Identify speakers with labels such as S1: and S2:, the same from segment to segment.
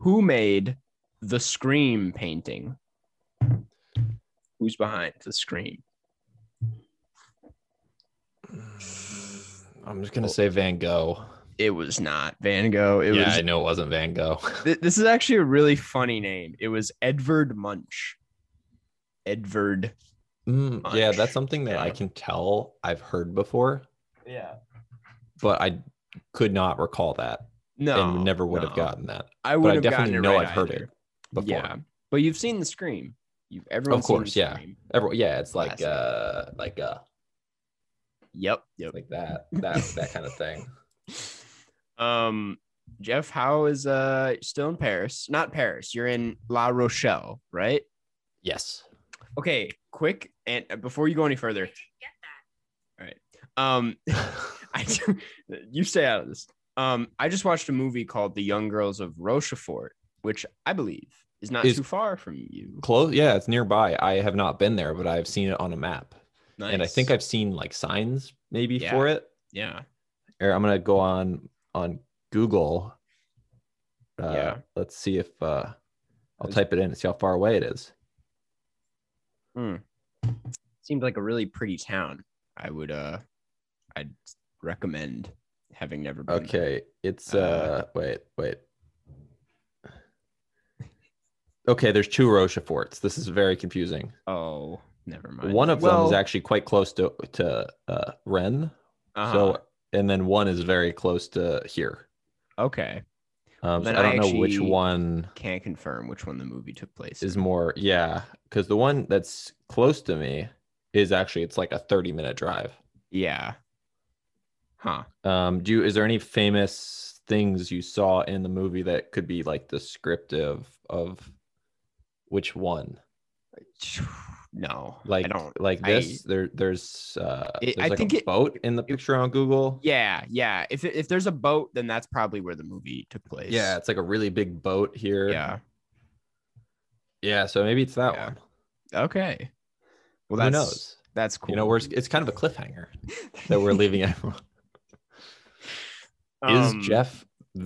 S1: Who made the Scream painting? Who's behind the Scream?
S2: I'm just gonna say Van Gogh.
S1: It was not Van Gogh. It
S2: yeah,
S1: was
S2: I know it wasn't Van Gogh.
S1: Th- this is actually a really funny name. It was Edvard Munch. Edvard.
S2: Mm, yeah,
S1: Much.
S2: that's something that I
S1: Yeah.
S2: can tell I've heard before,
S1: Yeah.
S2: but I could not recall that
S1: No.
S2: and never would have
S1: no.
S2: gotten that
S1: I
S2: but I
S1: would have
S2: definitely
S1: gotten it
S2: know
S1: right
S2: I've heard it
S1: either.
S2: before.
S1: Yeah. But you've seen the Scream. You've everyone
S2: course,
S1: seen the
S2: yeah.
S1: Scream.
S2: Every, yeah, it's like
S1: Classic.
S2: uh like uh
S1: Yep. Yep.
S2: like that that that kind of thing.
S1: Um Jeff, how is uh still in Paris? Not Paris. You're in La Rochelle, right?
S2: Yes.
S1: Okay, quick and uh, before you go any further. All right. Um I you stay out of this. Um, I just watched a movie called The Young Girls of Rochefort, which I believe is not
S2: Is-
S1: too far from you.
S2: Close. Yeah, it's nearby. I have not been there, but I've seen it on a map, and I
S1: Nice.
S2: think I've seen like signs maybe
S1: Yeah.
S2: for it.
S1: yeah,
S2: Or I'm gonna go on on Google. Uh,
S1: Yeah.
S2: Let's see if uh, I'll
S1: Is-
S2: type it in and see how far away it is.
S1: seemed like a really pretty town. I would uh, I'd recommend having never been. there.
S2: Okay, it's uh,
S1: Uh,
S2: wait, wait. Okay, there's two Rocheforts. This is very confusing.
S1: Oh, never mind.
S2: One of them is
S1: Well,
S2: actually quite close to to uh, Rennes.
S1: uh-huh.
S2: So, and then one is very close to here.
S1: okay,
S2: Um, so
S1: Then
S2: I don't
S1: I
S2: know which
S1: actually-
S2: one
S1: can't confirm which one the movie took place.
S2: is
S1: in.
S2: more. Yeah, because the one that's close to me is actually it's like a thirty minute drive.
S1: yeah, huh?
S2: Um, do you, is there any famous things you saw in the movie that could be like descriptive of which one?
S1: No,
S2: Like
S1: I don't.
S2: like
S1: I-
S2: this. there there's uh,
S1: It-
S2: there's
S1: I
S2: like
S1: think
S2: a
S1: it-
S2: boat in the picture on Google.
S1: Yeah, yeah. If if there's a boat, then that's probably where the movie took place.
S2: yeah, it's like a really big boat here.
S1: Yeah.
S2: yeah. So maybe it's that
S1: Yeah.
S2: one.
S1: Okay. Well,
S2: Who
S1: that's
S2: knows?
S1: that's cool.
S2: You know, we're it's kind of a cliffhanger that we're leaving everyone.
S1: Um,
S2: Is Jeff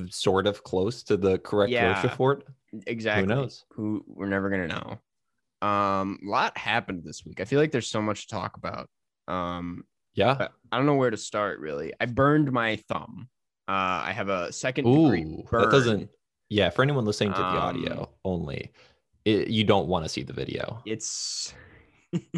S2: sort of close to the correct
S1: Yeah.
S2: Rochefort?
S1: exactly
S2: knows?
S1: Who we're never gonna know. Um, a lot happened this week. I feel like there's so much to talk about. Um,
S2: Yeah.
S1: I don't know where to start really. I burned my thumb. Uh, I have a second degree
S2: Ooh,
S1: burn.
S2: that doesn't. Yeah, for anyone listening to the
S1: Um,
S2: audio only, it, you don't want to see the video.
S1: It's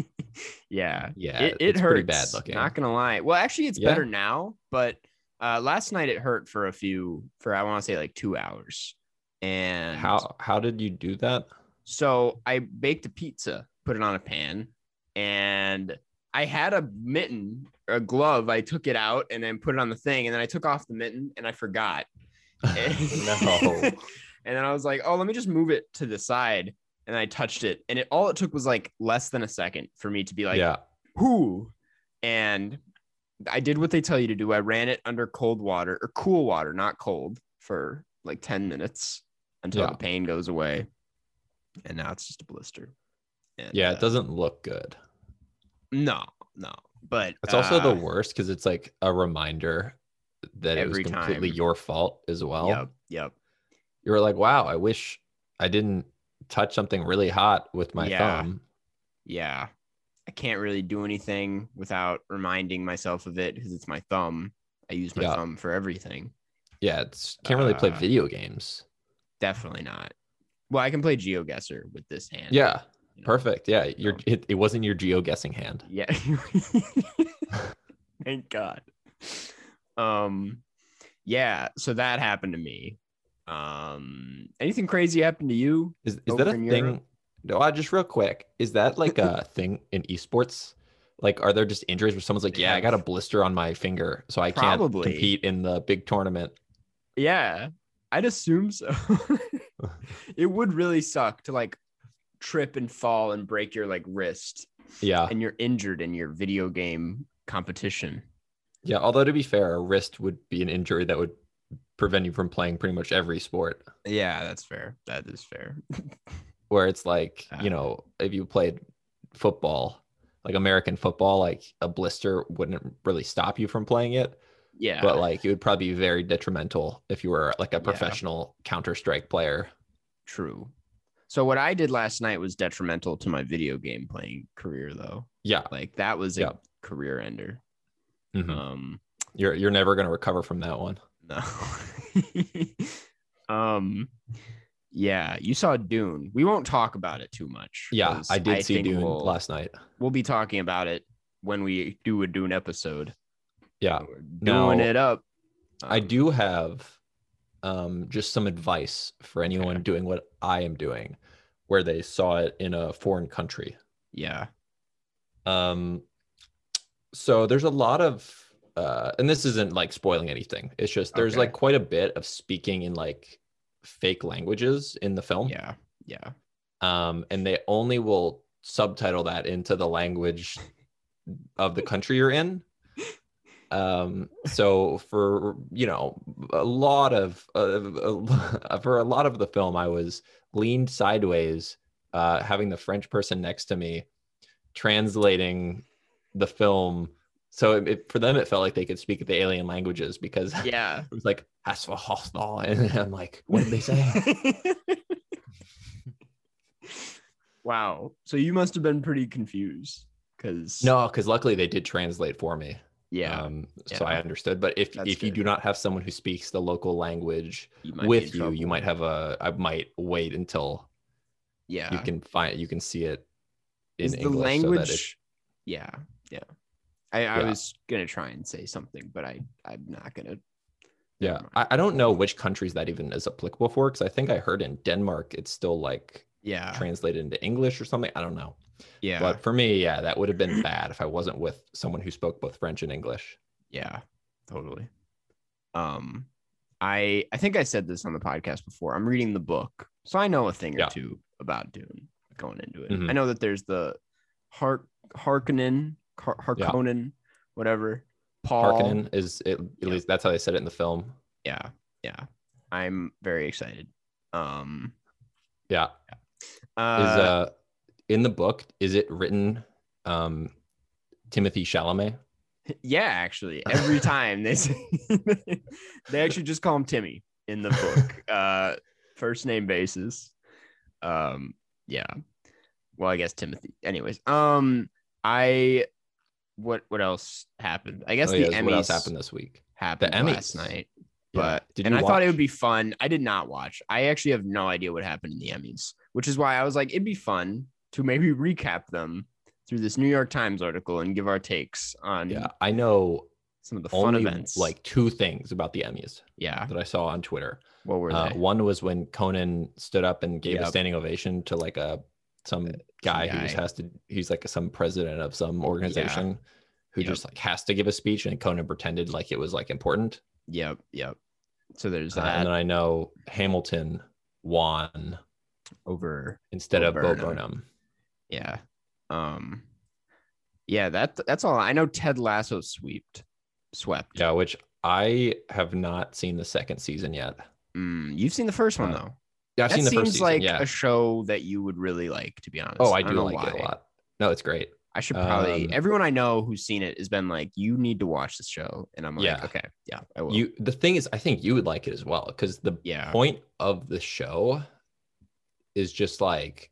S1: yeah.
S2: Yeah,
S1: it, it
S2: it's
S1: hurts.
S2: pretty bad looking.
S1: Not gonna lie. Well, actually, it's
S2: Yeah.
S1: better now. But uh, last night it hurt for a few, for I want to say like two hours. And
S2: How how did you do that?
S1: So I baked a pizza, put it on a pan, and I had a mitten, a glove. I took it out and then put it on the thing, and then I took off the mitten and I forgot.
S2: no.
S1: And then I was like, oh, let me just move it to the side. And I touched it, and it all it took was like less than a second for me to be like,
S2: yeah.
S1: who and i did what they tell you to do i ran it under cold water or cool water not cold for like 10 minutes until
S2: Yeah.
S1: the pain goes away and now it's just a blister And,
S2: Yeah,
S1: uh,
S2: it doesn't look good.
S1: no no but
S2: It's also
S1: uh,
S2: the worst because it's like a reminder that it was
S1: every
S2: completely
S1: time.
S2: your fault as well.
S1: yep yep
S2: You were like, wow, I wish I didn't touch something really hot with my
S1: Yeah.
S2: thumb.
S1: yeah i can't really do anything without reminding myself of it because it's my thumb i use my
S2: Yeah.
S1: thumb for everything
S2: Yeah, it's can't really play
S1: Uh,
S2: video games.
S1: definitely not well i can play geoguessr with this hand
S2: Yeah,
S1: you know?
S2: perfect. Yeah, your
S1: So-
S2: it, it wasn't your geo guessing hand.
S1: Yeah. Thank God. Um yeah, so that happened to me. Um anything crazy happened to you?
S2: Is is that
S1: Over
S2: a
S1: in
S2: thing?
S1: Europe?
S2: No, I just real quick. Is that like a thing in esports? Like, are there just injuries where someone's like,
S1: They
S2: "Yeah, I
S1: have-
S2: got a blister on my finger, so I
S1: Probably.
S2: can't compete in the big tournament."
S1: Yeah. I'd assume so. it would really suck to like trip and fall and break your like wrist
S2: Yeah,
S1: and you're injured in your video game competition.
S2: Yeah, although to be fair, a wrist would be an injury that would prevent you from playing pretty much every sport.
S1: Yeah, that's fair. That is fair.
S2: Where it's like,
S1: Ah.
S2: you know, if you played football, like American football, like a blister wouldn't really stop you from playing it,
S1: Yeah.
S2: but like it would probably be very detrimental if you were like a
S1: Ah. Yeah.
S2: professional Counter Strike player.
S1: True. So what I did last night was detrimental to my video game playing career though.
S2: Yeah,
S1: Like that was a
S2: Yeah.
S1: career ender.
S2: mhm.
S1: Um
S2: you're you're never gonna recover from that one.
S1: no. um yeah, you saw Dune. We won't talk about it too much.
S2: Yeah,
S1: 'cause
S2: I did see
S1: think
S2: Dune
S1: we'll,
S2: last night.
S1: We'll be talking about it when we do a Dune episode.
S2: Yeah,
S1: We're doing
S2: Now-
S1: it up.
S2: Uh, I
S1: Um,
S2: do have um, just some advice for anyone
S1: Okay.
S2: doing what I am doing, where they saw it in a foreign country.
S1: Yeah.
S2: Um, so there's a lot of, uh, and this isn't like spoiling anything. It's just there's
S1: Okay.
S2: like quite a bit of speaking in like fake languages in the film.
S1: Yeah. Yeah.
S2: Um, and they only will subtitle that into the language of the country you're in. Um, so for you know a lot of uh, for a lot of the film, I was leaned sideways, uh, having the French person next to me translating the film. So it, it- for them, it felt like they could speak the alien languages because
S1: Yeah.
S2: it was like "Hasfahasna," and I'm like, what did they say?
S1: wow. So you must have been pretty confused because
S2: no, because luckily they did translate for me.
S1: yeah,
S2: um,
S1: yeah.
S2: so i understood but if
S1: That's
S2: if you
S1: good.
S2: do not have someone who speaks the local language
S1: you might be in
S2: with you
S1: trouble.
S2: you might have a i might wait until
S1: yeah.
S2: you can find you can see it in
S1: Is the
S2: english
S1: language?
S2: so that it,
S1: yeah, yeah. I, I
S2: Yeah.
S1: was gonna try and say something, but I I'm not gonna.
S2: yeah
S1: never mind.
S2: I, I don't know which countries that even is applicable for because i think i heard in denmark it's still like
S1: Yeah,
S2: translated into english or something i don't know
S1: yeah,
S2: but for me yeah that would have been bad if i wasn't with someone who spoke both french and english
S1: yeah. Totally. Um, I I think I said this on the podcast before. I'm reading the book, so I know a thing
S2: Yeah.
S1: or two about Dune going into it.
S2: Mhm.
S1: I know that there's the Hark Harkonnen Har-
S2: Yeah.
S1: Harkonnen, whatever. Paul
S2: Harkonnen is it, at
S1: Yeah.
S2: least that's how they said it in the film
S1: yeah yeah i'm very excited um
S2: yeah is
S1: uh,
S2: uh in the book is it written um Timothy Chalamet?
S1: yeah actually every time they say, they actually just call him timmy in the book uh first name basis um yeah well i guess timothy anyways um i what what else happened i guess
S2: Oh,
S1: the
S2: yes,
S1: emmys
S2: what else happened this week?
S1: happened
S2: The Emmys.
S1: last night
S2: Yeah.
S1: but and I thought it would be fun. I did not watch. I actually have no idea what happened in the Emmys, which is why I was like, it'd be fun to maybe recap them through this New York Times article and give our takes on
S2: Yeah, I know
S1: some of the fun
S2: only
S1: events.
S2: like two things about the Emmys
S1: yeah,
S2: that I saw on Twitter.
S1: what were
S2: Uh,
S1: they?
S2: one was when Conan stood up and gave
S1: Yep.
S2: a
S1: Uh,
S2: standing ovation to like a some guy who just
S1: guy.
S2: has to. He's like some president of some organization who
S1: Yep.
S2: just like has to give a speech, and Conan pretended like it was like important.
S1: Yep, yep. So there's
S2: Uh,
S1: that
S2: and then I know Hamilton won
S1: over.
S2: instead
S1: Bo
S2: of Bo
S1: Burnham.
S2: Burnham.
S1: Yeah, um, yeah. That that's all. I know Ted Lasso swept, swept.
S2: Yeah, which I have not seen the second season yet.
S1: Mm, you've seen the first one
S2: Uh,
S1: though.
S2: Yeah, I've
S1: That
S2: seen the
S1: seems
S2: first season.
S1: like
S2: yeah.
S1: a show that you would really like, to be honest.
S2: oh, I
S1: don't
S2: do
S1: know
S2: like it
S1: why.
S2: a lot. No, it's great.
S1: I should probably.
S2: Um,
S1: everyone I know who's seen it has been like, "You need to watch this show," and I'm like,
S2: Yeah.
S1: "Okay, yeah, I will."
S2: You Oh. the thing is, I think you would like it as well because the
S1: yeah,
S2: point of the show is just like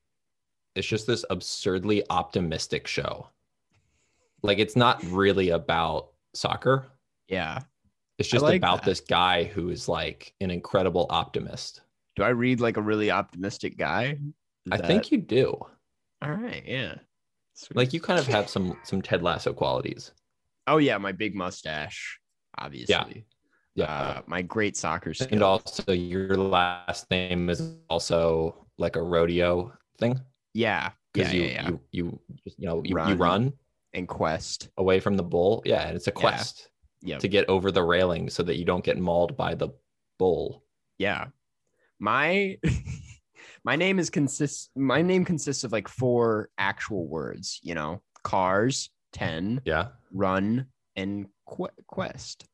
S2: it's just this absurdly optimistic show. Like it's not really about soccer.
S1: yeah.
S2: It's just
S1: like
S2: about
S1: that.
S2: this guy who is like an incredible optimist.
S1: Do I read like a really optimistic guy? Is
S2: I
S1: that-
S2: think you do.
S1: All right. Yeah. Sweet.
S2: Like you kind of have some some Ted Lasso qualities.
S1: Oh yeah, my big mustache, obviously.
S2: Yeah.
S1: Uh, my great soccer
S2: And
S1: skill.
S2: also, your last name is also like a rodeo thing
S1: yeah. Yeah.
S2: because
S1: You,
S2: you,
S1: yeah. yeah.
S2: you you just, you know you run. you
S1: Run.
S2: run
S1: and quest.
S2: away from the bull. Yeah, and it's a
S1: Yeah.
S2: quest
S1: Yep.
S2: to get over the railing so that you don't get mauled by the bull.
S1: Yeah. My my name is consists my name consists of like four actual words, you know. Cars, 10,
S2: Yeah,
S1: run, and que- Quest.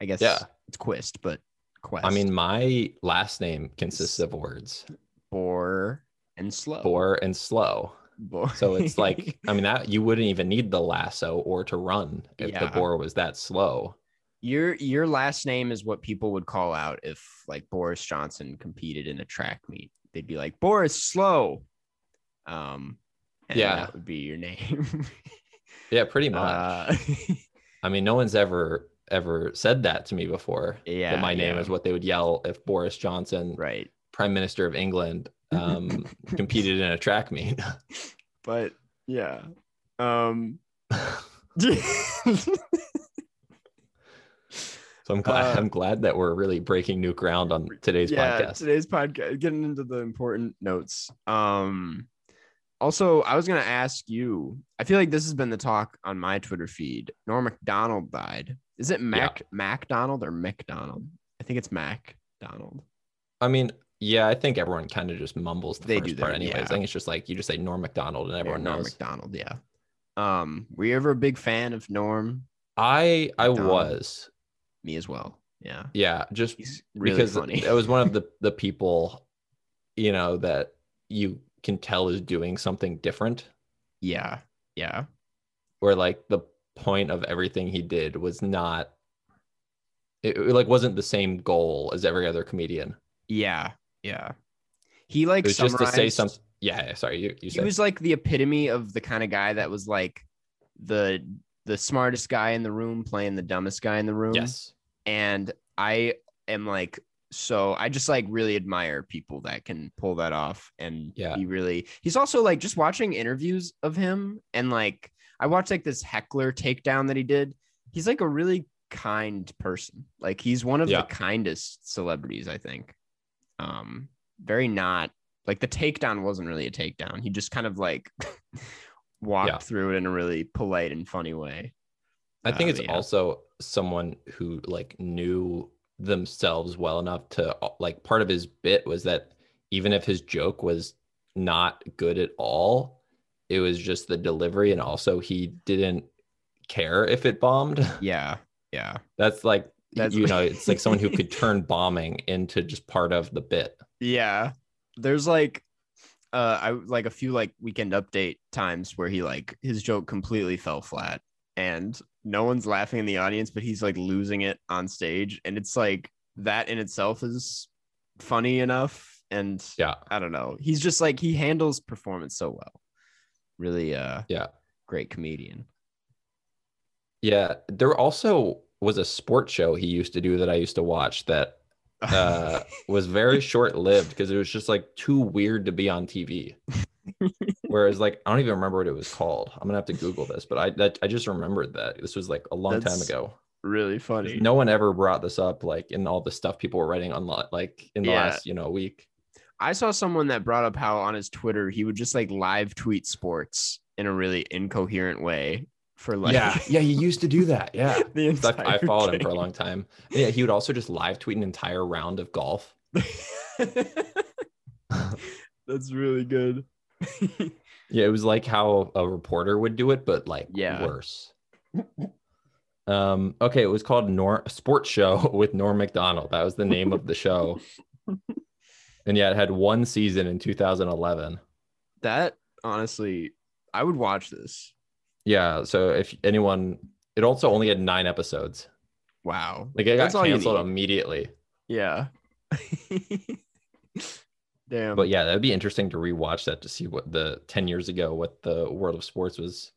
S1: I guess
S2: Yeah.
S1: it's Quest, but Quest.
S2: I mean, my last name consists of words
S1: bore and slow.
S2: bore and slow.
S1: Bore.
S2: So it's like, I mean, that you wouldn't even need the lasso or to run if the
S1: Yeah.
S2: bore was that slow.
S1: your your last name is what people would call out if like Boris Johnson competed in a track meet. They'd be like Boris slow. Um and
S2: Yeah.
S1: that would be your name.
S2: Yeah, pretty much.
S1: uh,
S2: I mean, no one's ever ever said that to me before.
S1: yeah.
S2: that my name
S1: yeah,
S2: is what they would yell if Boris Johnson,
S1: right.
S2: Prime Minister of England, um, competed in a track meet.
S1: But yeah. Um
S2: So I'm glad
S1: Uh,
S2: I'm glad that we're really breaking new ground on today's
S1: yeah,
S2: podcast.
S1: Today's podcast, getting into the important notes. Um, also, I was gonna ask you. I feel like this has been the talk on my Twitter feed. Norm Macdonald died. Is it Mac MacDonald or McDonald? I think it's MacDonald.
S2: I mean, yeah, I think everyone kind of just mumbles the
S1: They
S2: first
S1: do that,
S2: part anyways.
S1: yeah.
S2: I think it's just like you just say Norm Macdonald and everyone
S1: Yeah, Norm
S2: knows.
S1: MacDonald. Yeah. Um, were you ever a big fan of Norm?
S2: I I
S1: Macdonald.
S2: was.
S1: Me as well. Yeah.
S2: Yeah, just
S1: He's really
S2: because
S1: funny.
S2: it was one of the the people you know that you can tell is doing something different
S1: yeah. Yeah.
S2: where like the point of everything he did was not it, it, like wasn't the same goal as every other comedian.
S1: Yeah. Yeah. He like
S2: It was just to say
S1: summarized-
S2: something. Yeah, yeah, sorry, you you
S1: he
S2: said
S1: was like the epitome of the kind of guy that was like the the smartest guy in the room playing the dumbest guy in the room
S2: yes.
S1: and i am like so i just like really admire people that can pull that off and
S2: Yeah.
S1: he really he's also like just watching interviews of him and like i watched like this heckler takedown that he did he's like a really kind person like he's one of
S2: Yeah.
S1: the kindest celebrities i think um very not like the takedown wasn't really a takedown he just kind of like walked
S2: Yeah.
S1: through it in a really polite and funny way
S2: I think
S1: Uh,
S2: it's
S1: yeah.
S2: also someone who like knew themselves well enough to uh, like part of his bit was that even if his joke was not good at all, it was just the delivery and also he didn't care if it bombed.
S1: yeah yeah
S2: That's like
S1: That's-
S2: you know, it's like someone who could turn bombing into just part of the bit.
S1: Yeah. There's like uh I like a few like weekend update times where he like his joke completely fell flat and no one's laughing in the audience but he's like losing it on stage and it's like that in itself is funny enough and
S2: Yeah.
S1: I don't know. He's just like he handles performance so well. Really uh
S2: Yeah.
S1: great comedian.
S2: Yeah. There also was a sports show he used to do that I used to watch that uh, was very short lived because it was just like too weird to be on TV. Whereas, like, I don't even remember what it was called. I'm gonna have to Google this, but I that, I just remembered that this was like a long time
S1: That's
S2: ago.
S1: really funny.
S2: No one ever brought this up, like in all the stuff people were writing on li- like in the
S1: Yeah.
S2: last you know week.
S1: I saw someone that brought up how on his Twitter he would just like live tweet sports in a really incoherent way for like
S2: yeah, yeah, he used to do that. Yeah,
S1: the
S2: So
S1: entire
S2: I, I followed him for a
S1: game.
S2: long time. Yeah, he would also just live tweet an entire round of golf.
S1: That's really good.
S2: Yeah, it was like how a reporter would do it, but like
S1: Yeah.
S2: worse. um, okay, it was called Nor Sports Show with Norm McDonald. That was the name of the show. And yeah, it had one season in 2011.
S1: That honestly, I would watch this.
S2: Yeah, so if anyone, it also only had nine episodes.
S1: Wow.
S2: Like it got
S1: That's all you
S2: canceled
S1: need.
S2: immediately.
S1: Yeah. Damn.
S2: But yeah, that'd be interesting to rewatch that to see what the 10 years ago what the world of sports was,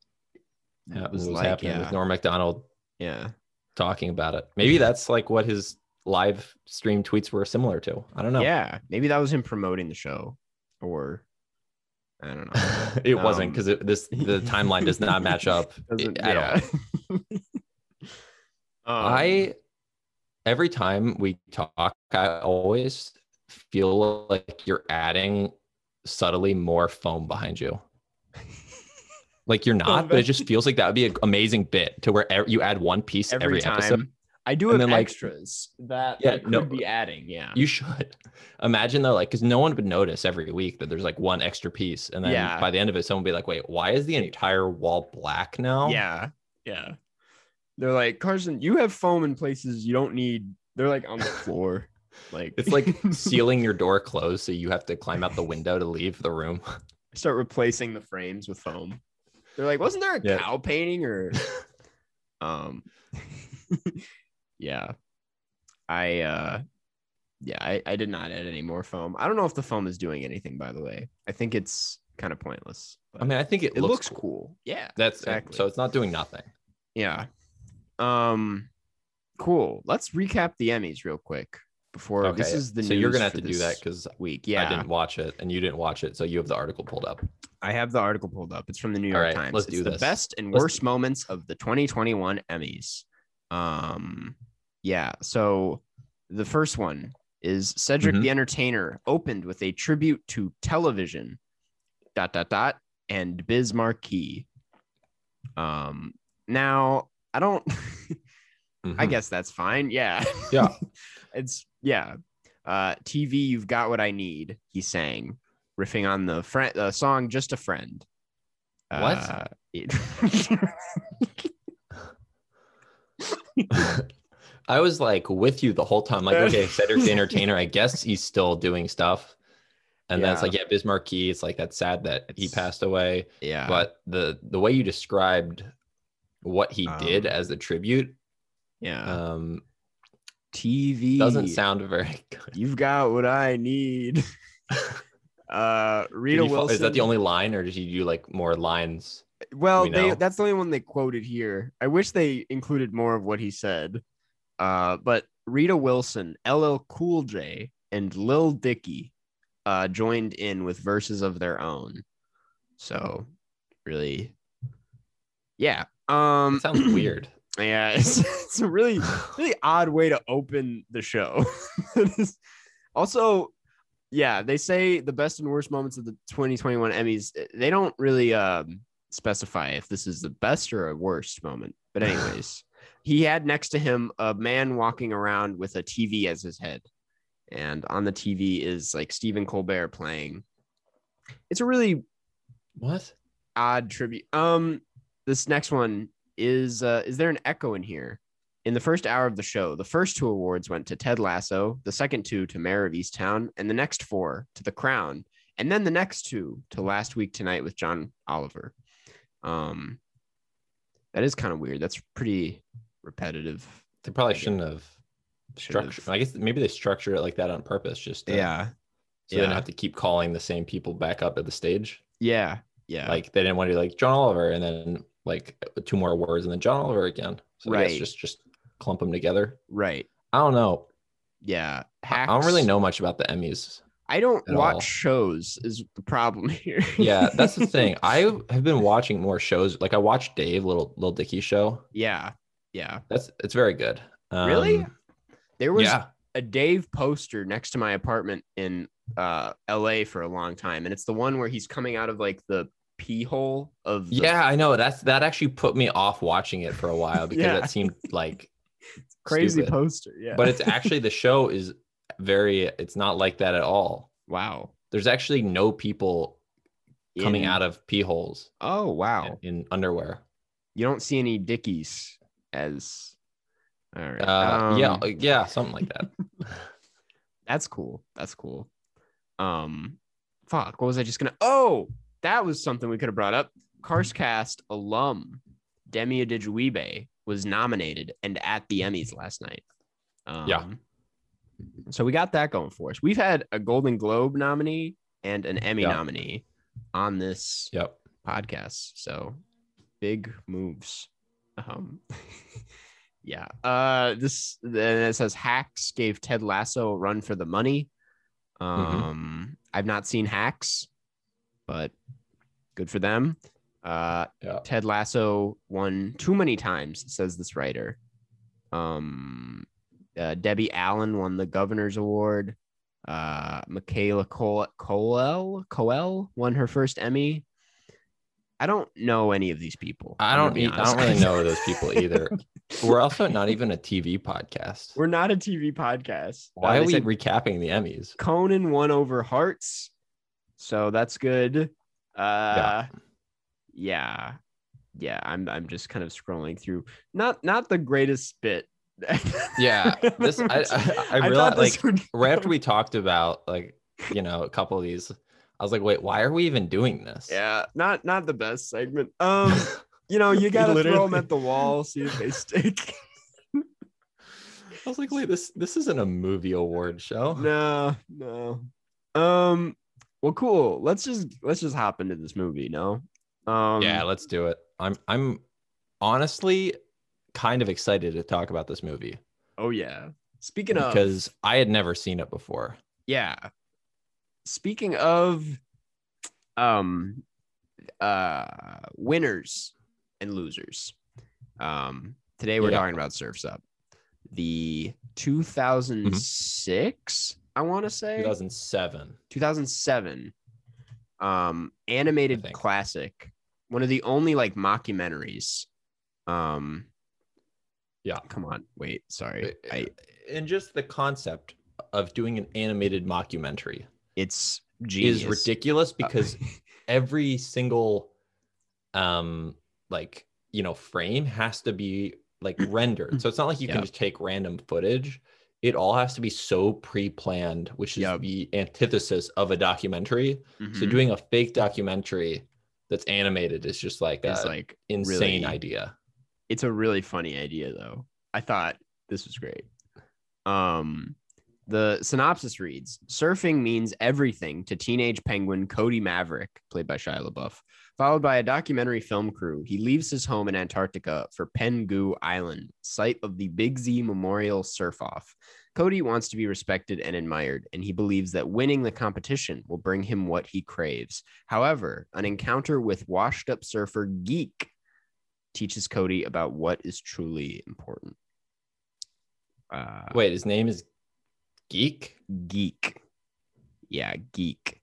S1: It
S2: was,
S1: like,
S2: happening
S1: yeah.
S2: with Norm McDonald
S1: yeah.
S2: talking about it. Maybe that's like what his live stream tweets were similar to. I don't know.
S1: Yeah. Maybe that was him promoting the show or I don't know.
S2: it wasn't
S1: Um,
S2: because this the timeline does not match up
S1: Doesn't-
S2: at all.
S1: Um,
S2: I every time we talk, I always feel like you're adding subtly more foam behind you. Like
S1: Oh,
S2: you're not, but it just feels like that would be an amazing bit to where ev- you add one piece every,
S1: every, time
S2: episode.
S1: I do have
S2: And then, like-
S1: extras that
S2: Yeah,
S1: I could
S2: no.
S1: be adding. Yeah.
S2: You should imagine though, like, because no one would notice every week that there's like one extra piece, and then
S1: Yeah.
S2: by the end of it, someone would be like, "Wait, why is the entire wall black now?"
S1: yeah. Yeah. They're like, Carson, you have foam in places you don't need. They're like on the floor. Like
S2: It's like sealing your door closed, so you have to climb out the window to leave the room.
S1: start replacing the frames with foam. They're like, wasn't there a
S2: Yeah.
S1: cow painting or um yeah. I uh yeah, I, I did not add any more foam. I don't know if the foam is doing anything, by the way. I think it's kind of pointless. but
S2: I mean, I think it,
S1: it looks,
S2: cool.
S1: cool. Yeah.
S2: That's
S1: exactly.
S2: so it's not doing nothing.
S1: Yeah. Um cool. Let's recap the Emmys real quick before
S2: okay,
S1: this is the
S2: so you're
S1: news
S2: gonna have
S1: for
S2: to do that
S1: this
S2: because
S1: week.
S2: yeah.
S1: Yeah.
S2: I didn't watch it and you didn't watch it, so you have the article pulled up.
S1: I have the article pulled up. It's from the New
S2: All
S1: York
S2: right,
S1: Times.
S2: let's
S1: It's
S2: do
S1: the
S2: this.
S1: best and
S2: Let's-
S1: worst moments of the 2021 Emmys. Um, yeah. So the first one is Cedric
S2: Mhm.
S1: the Entertainer opened with a tribute to television, dot dot dot, and Biz Marquee. Um, now I don't. I
S2: Mhm.
S1: guess that's fine. Yeah.
S2: Yeah.
S1: it's yeah. Uh, TV, you've got what I need. He sang, riffing on the friend the song "Just a Friend."
S2: What?
S1: Uh, it-
S2: I was like with you the whole time. Like, okay, Cedric the Entertainer. I guess he's still doing stuff. And then it's
S1: Yeah.
S2: like, yeah, Bismarck Key. It's like that's sad that he
S1: It's-
S2: passed away.
S1: yeah.
S2: but the the way you described what he did
S1: Um,
S2: as the tribute
S1: yeah.
S2: um
S1: TV
S2: doesn't sound very good.
S1: You've got what I need. Uh, Rita
S2: Did he fo-
S1: Wilson.
S2: Is that the only line, or did you do like more lines?
S1: Well,
S2: we
S1: they,
S2: know?
S1: that's the only one they quoted here. I wish they included more of what he said. Uh, but Rita Wilson, LL Cool J, and Lil Dicky uh, joined in with verses of their own. So, really, yeah. Um,
S2: It sounds weird.
S1: Yeah, it's, it's a really really odd way to open the show. also, yeah, they say the best and worst moments of the 2021 Emmys. eh, They don't really um, specify if this is the best or a worst moment. But anyways, he had next to him a man walking around with a TV as his head, and on the TV is like Stephen Colbert playing. It's a really
S2: What?
S1: odd tribute. Um, this next one is uh, is there an echo in here? In the first hour of the show, the first two awards went to Ted Lasso, the second two to Mayor of Easttown, and the next four to The Crown, and then the next two to Last Week Tonight with John Oliver. Um, that is kind of weird. That's pretty repetitive.
S2: They probably
S1: I guess-
S2: shouldn't have
S1: Should've-
S2: structured. I guess maybe they structured it like that on purpose, just to, so they
S1: yeah.
S2: don't have to keep calling the same people back up at the stage.
S1: yeah, yeah.
S2: Like they didn't want to do like John Oliver and then like two more words and then John Oliver again. So I guess
S1: Right.
S2: just just clump them together.
S1: right.
S2: I don't know.
S1: Yeah,
S2: I- I don't really
S1: Hacks-
S2: know much about the Emmys.
S1: I don't
S2: at
S1: watch
S2: all.
S1: shows. Is the problem here?
S2: Yeah, that's the thing. I have been watching more shows. Like I watched Dave Little Little Dicky show.
S1: yeah, yeah.
S2: That's it's very good. Um,
S1: Really? There was
S2: yeah.
S1: a Dave poster next to my apartment in uh LA for a long time and it's the one where he's coming out of like the pee hole of the-
S2: Yeah, I know. That's that actually put me off watching it for a while because
S1: Yeah.
S2: that seemed like
S1: crazy
S2: stupid.
S1: poster yeah
S2: But it's actually the show is very. It's not like that at all.
S1: wow
S2: There's actually no people coming
S1: In-
S2: out of pee holes
S1: oh wow
S2: in, in underwear.
S1: you don't see any dickies as all right
S2: Uh, yeah,
S1: Um,
S2: yeah, something like that.
S1: that's cool that's cool um fuck what was i just gonna oh that was something we could have brought up carscast alum demi adichwebe was nominated and at the emmys last night um,
S2: Yeah.
S1: so we got that going for us we've had a golden globe nominee and an emmy
S2: Yeah.
S1: nominee on this
S2: Yep.
S1: podcast so big moves um yeah uh this then it says hacks gave ted lasso a run for the money um i've not seen hacks but good for them uh
S2: Yeah.
S1: ted lasso won too many times says this writer um uh, debbie allen won the governor's award uh michaela Cole- coel coel won her first emmy i don't know any of these people
S2: I
S1: I'm gonna
S2: don't.
S1: be
S2: e- I
S1: honest.
S2: don't really know those people either. We're also not even a TV podcast.
S1: we're not a tv podcast Uh,
S2: Why are
S1: they
S2: we
S1: said-
S2: recapping the Emmys?
S1: Conan won over Hearts, so that's good. Uh, yeah. yeah, I'm I'm just kind of scrolling through. Not not the greatest bit.
S2: Yeah, this- I- I- I realized, like,
S1: would-
S2: right after we talked about like you know a couple of these i was like wait why are we even doing this
S1: yeah, not not the best segment. Um, you know, you gotta throw them
S2: literally-
S1: at the wall, see if they stick.
S2: i was like wait this this isn't a movie award show
S1: no, no. Um, well, cool. Let's just let's just hop into this movie. No. Um,
S2: yeah let's do it i'm i'm honestly kind of excited to talk about this movie
S1: Oh yeah. Speaking of,
S2: because i had never seen it before
S1: yeah. Speaking of, um, uh, winners and losers. Um, today we're
S2: Yeah.
S1: talking about Surfs Up, the 2006. I want to say
S2: 2007
S1: 2007 um
S2: I
S1: animated
S2: think.
S1: classic one of the only like mockumentaries um
S2: Yeah.
S1: come on wait sorry I,
S2: Uh, and just the concept of doing an animated mockumentary
S1: it's genius Uh,
S2: is ridiculous because every single um like you know frame has to be like rendered so it's not like you
S1: Yep.
S2: can just take random footage it all has to be so pre-planned which is
S1: Yep.
S2: the antithesis of a documentary so
S1: Mhm.
S2: doing a fake documentary that's animated is just like an
S1: it's like
S2: insane
S1: really-
S2: idea
S1: it's a really funny idea though i thought this was great um the synopsis reads surfing means everything to teenage penguin cody maverick played by shia labeouf followed by a documentary film crew he leaves his home in antarctica for pengu island site of the big z memorial surf off cody wants to be respected and admired and he believes that winning the competition will bring him what he craves however an encounter with washed up surfer geek teaches cody about what is truly important uh,
S2: wait his name is geek
S1: geek. Yeah, geek.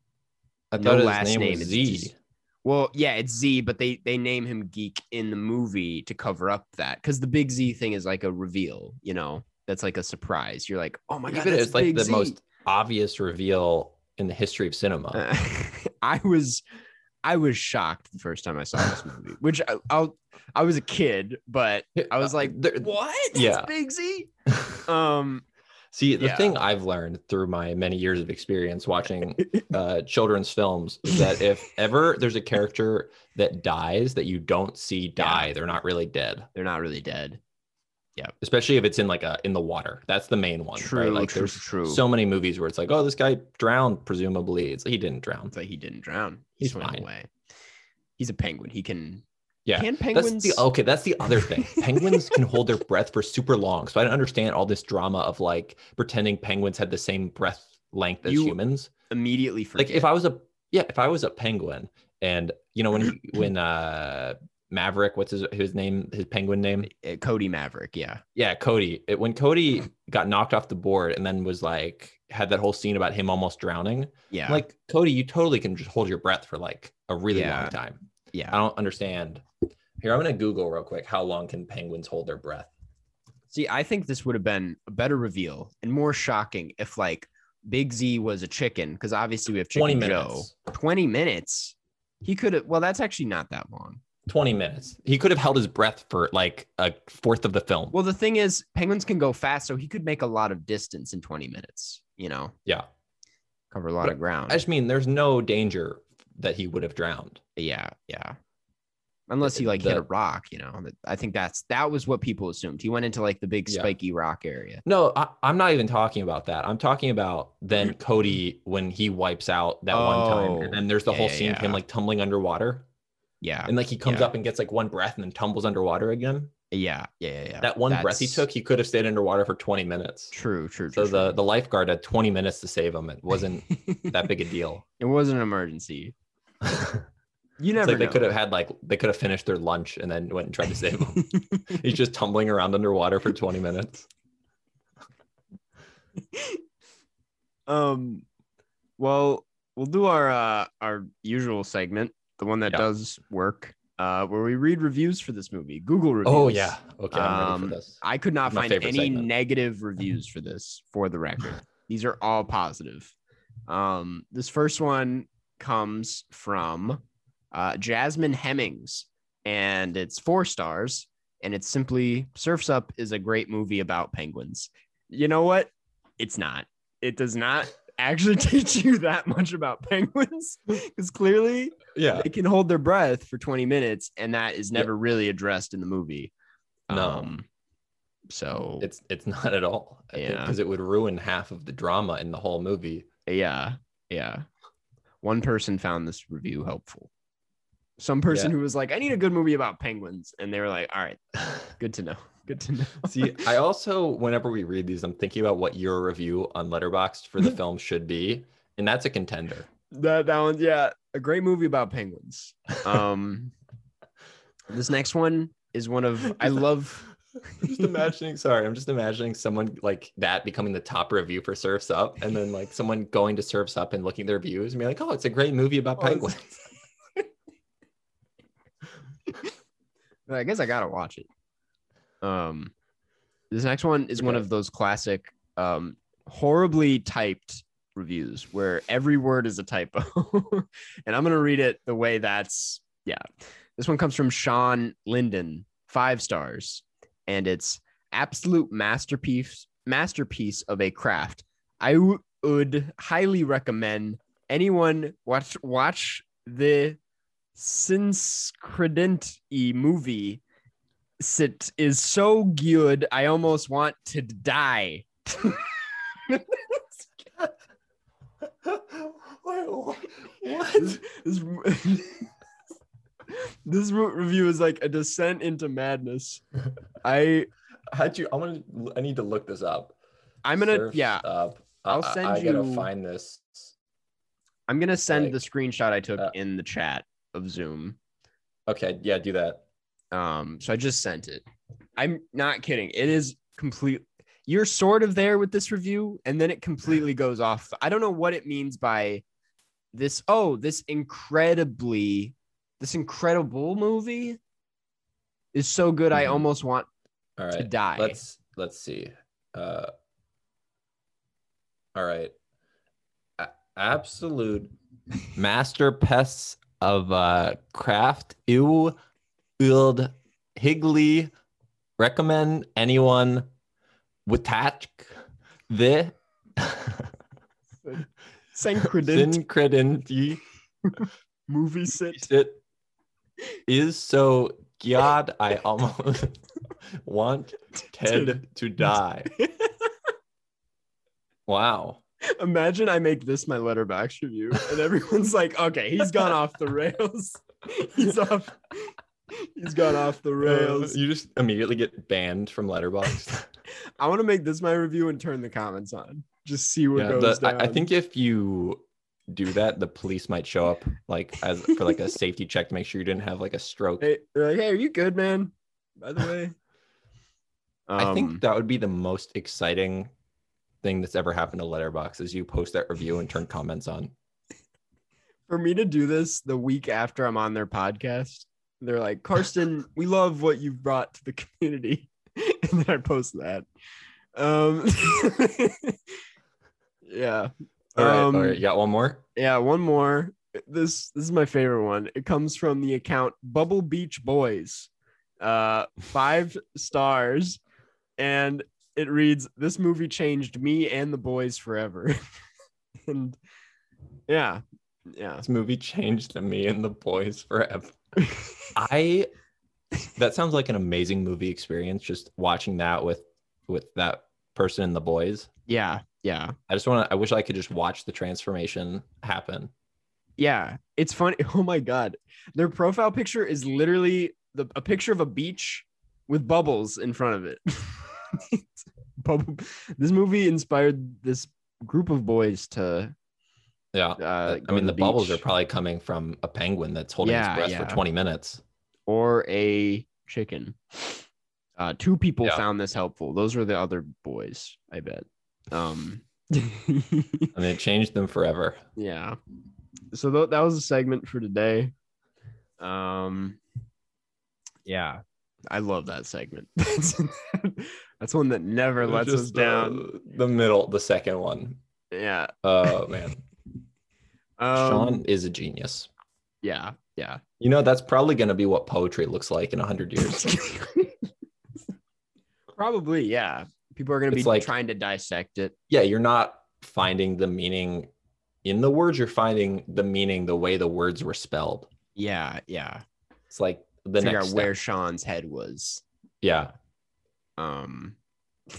S2: i
S1: No
S2: thought his
S1: last
S2: name,
S1: name,
S2: was
S1: it's
S2: z
S1: just- Well, yeah, it's Z, but they they name him geek in the movie to cover up that because the big Z thing is like a reveal, you know. That's like a surprise. You're like, oh my god,
S2: even
S1: that's
S2: it's like
S1: Big
S2: the
S1: Z.
S2: most obvious reveal in the history of cinema
S1: Uh, I was, I was shocked the first time I saw this movie. Which I, I'll, I was a kid, but I was
S2: Uh,
S1: like,
S2: there-
S1: what? It's
S2: yeah.
S1: Big Z. Um,
S2: See, the
S1: Yeah.
S2: thing I've learned through my many years of experience watching uh, children's films is that if ever there's a character that dies that you don't see die, they're not really dead.
S1: they're not really dead.
S2: Especially if it's in like a in the water. That's the main one.
S1: True,
S2: right? Like
S1: true,
S2: there's
S1: true.
S2: so many movies where it's like, oh, this guy drowned, presumably. It's like he didn't drown.
S1: It's like he didn't drown. He
S2: He's
S1: swam
S2: fine.
S1: away. He's a penguin. He can.
S2: Yeah,
S1: Can
S2: That's
S1: penguins?
S2: the okay. That's the other thing. Penguins can hold their breath for super long, so I don't understand all this drama of like pretending penguins had the same breath length as
S1: You-
S2: humans.
S1: immediately forget.
S2: like if I was a yeah, if I was a penguin and you know when he, when uh Maverick, what's his his name, his penguin name?
S1: uh, Cody Maverick. Yeah.
S2: Yeah, Cody. It, when Cody got knocked off the board and then was like had that whole scene about him almost drowning.
S1: Yeah.
S2: Like Cody, you totally can just hold your breath for like a really
S1: Yeah.
S2: long time.
S1: yeah.
S2: I don't understand. Here, I'm gonna Google real quick how long can penguins hold their breath.
S1: See, I think this would have been a better reveal and more shocking if like Big Z was a chicken because obviously we have Chicken
S2: 20
S1: Joe.
S2: minutes.
S1: Twenty minutes. He could have. Well, that's actually not that long.
S2: 20 minutes. He could have held his breath for like a fourth of the film.
S1: Well, the thing is, penguins can go fast, so he could make a lot of distance in twenty minutes. You know,
S2: yeah.
S1: cover a lot
S2: But
S1: of ground.
S2: I just mean there's no danger that he would have drowned.
S1: yeah, yeah. Unless he
S2: The-
S1: like hit a
S2: the-
S1: rock, you know. that- I think that's that was what people assumed. He went into like the big
S2: Yeah.
S1: spiky rock area.
S2: No, I, I'm not even talking about that. I'm talking about then Cody when he wipes out that one time,
S1: Oh,
S2: and then there's the
S1: yeah,
S2: whole
S1: yeah,
S2: scene of him
S1: yeah.
S2: like tumbling underwater,
S1: Yeah,
S2: and like he comes
S1: Yeah.
S2: up and gets like one breath and then tumbles underwater again.
S1: yeah, yeah, yeah. yeah.
S2: that one breath he
S1: That's
S2: took, he could have stayed underwater for 20 minutes.
S1: True, true,
S2: So
S1: true.
S2: the
S1: true.
S2: the lifeguard had 20 minutes to save him. It wasn't that big a deal.
S1: It was an emergency.
S2: it's
S1: You never
S2: like they
S1: know.
S2: could have had like they could have finished their lunch and then went and tried to save him. He's just tumbling around underwater for 20 minutes.
S1: um, well, we'll do our uh, our usual segment, the one that
S2: Yeah.
S1: does work, uh, where we read reviews for this movie, Google reviews.
S2: Oh yeah. Okay, I'm ready
S1: Um,
S2: for this.
S1: I could not
S2: My
S1: find
S2: favorite
S1: any
S2: segment.
S1: negative reviews for this, for the record. These are all positive. Um, this first one comes from uh, Jasmine Hemmings, and it's four stars, and it's simply Surfs Up is a great movie about penguins. You know what? It's not. It does not actually teach you that much about penguins because clearly
S2: Yeah.
S1: they can hold their breath for 20 minutes, and that is never really addressed in the movie. Um,
S2: No.
S1: so
S2: It's it's not at all.
S1: Yeah.
S2: Because it would ruin half of the drama in the whole movie.
S1: Yeah. Yeah. One person found this review helpful. Some person who was like, I need a good movie about penguins. And they were like, all right, good to know. Good to know.
S2: See, I also whenever we read these, I'm thinking about what your review on Letterboxd for the film should be. And that's a contender.
S1: that that one's yeah, a great movie about penguins. Um this next one is one of I love
S2: I'm just imagining, sorry, I'm just imagining someone like that becoming the top review for Surfs Up, and then like someone going to Surfs Up and looking at their reviews and be like, oh, it's a great movie about
S1: Oh, it's-
S2: penguins.
S1: I guess I gotta watch it. Um, this next one is one
S2: Okay.
S1: of those classic, um, horribly typed reviews where every word is a typo, and I'm gonna read it the way that's yeah. This one comes from Sean Linden, five stars, and it's absolute masterpiece masterpiece of a craft. I w- would highly recommend anyone watch watch the Sinscredent e movie sit is so good I almost want to die.
S2: what?
S1: This, this, this re- review is like a descent into madness. I
S2: How'd you? I want to. I need to look this up.
S1: I'm gonna
S2: Surf's
S1: yeah
S2: Up.
S1: I'll
S2: I- I-
S1: send
S2: I gotta
S1: you-
S2: find this.
S1: I'm gonna send
S2: like,
S1: the screenshot I took
S2: uh,
S1: in the chat of Zoom.
S2: Okay, yeah, do that.
S1: Um, so I just sent it. I'm not kidding. It is complete. You're sort of there with this review, and then it completely goes off. I don't know what it means by this. Oh, this incredibly, this incredible movie is so good. I
S2: Mhm.
S1: almost want
S2: All
S1: to
S2: right.
S1: die.
S2: Let's let's see. Uh, all right. A- absolute masterpiece of uh, craft. Ew, Ild Higley. Recommend anyone with that the
S1: Syncredent
S2: syncredent
S1: movie sit.
S2: it is so god i almost want ted to die wow
S1: Imagine I make this my letterbox review, and everyone's like, "Okay, he's gone off the rails. He's off. He's gone off
S2: Uh,
S1: the rails."
S2: you just immediately get banned from letterbox
S1: I want to make this my review and turn the comments on. Just see what
S2: yeah,
S1: goes
S2: the- I, I
S1: down.
S2: think if you do that the police might show up like as for like a safety check to make sure you didn't have like a stroke
S1: Hey, they're like, hey, are you good, man? By the way,
S2: i
S1: Um,
S2: think that would be the most exciting thing that's ever happened to letterbox is you post that review and turn comments on
S1: for me to do this the week after I'm on their podcast, they're like, Karsten, we love what you've brought to the community, and then I post that. Um, yeah,
S2: all right
S1: Um,
S2: all right you got one more
S1: yeah. One more. This this is my favorite one. It comes from the account Bubble Beach Boys. uh, five stars, and it reads, "This movie changed me and the boys forever." and yeah, yeah,
S2: This movie changed to me and the boys forever. I that sounds like an amazing movie experience just watching that with with that person and the boys.
S1: yeah, yeah,
S2: I just want to I wish I could just watch the transformation happen.
S1: yeah. It's funny. Oh my god, their profile picture is literally the a picture of a beach with bubbles in front of it. Bubble. This movie inspired this group of boys to.
S2: Yeah.
S1: Uh,
S2: I
S1: go
S2: mean
S1: to
S2: the, bubbles are
S1: beach.
S2: probably coming from a penguin that's holding
S1: Yeah,
S2: its breath
S1: yeah.
S2: for 20 minutes.
S1: or a chicken. Uh, two people
S2: Yeah.
S1: found this helpful. Those were the other boys, I bet. Um,
S2: I mean it changed them forever.
S1: yeah. So tho- that was a segment for today. Um, yeah, I love that segment. That's one that never lets us
S2: Just uh, the-
S1: down.
S2: The middle, the second one.
S1: Yeah.
S2: Oh man.
S1: Um,
S2: Sean is a genius.
S1: Yeah. Yeah.
S2: You know, that's probably going to be what poetry looks like in 100 years.
S1: Probably. Yeah. People are going to be
S2: It's like-
S1: trying to dissect it.
S2: yeah, you're not finding the meaning in the words, you're finding the meaning the way the words were spelled.
S1: Yeah. Yeah.
S2: It's like the
S1: Figure
S2: next
S1: out
S2: step.
S1: where Sean's head was.
S2: Yeah.
S1: Um,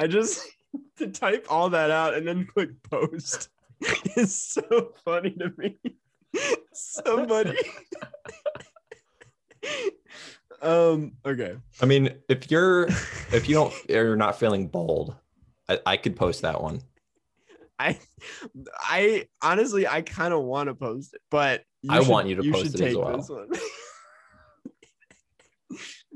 S1: I just to type all that out and then click post is so funny to me. Somebody. um. Okay.
S2: I mean, if you're if you don't or you're not feeling bold, I, I could post that one.
S1: I, I honestly, I kind of want to post it, but you
S2: I want you to post it as well.
S1: one.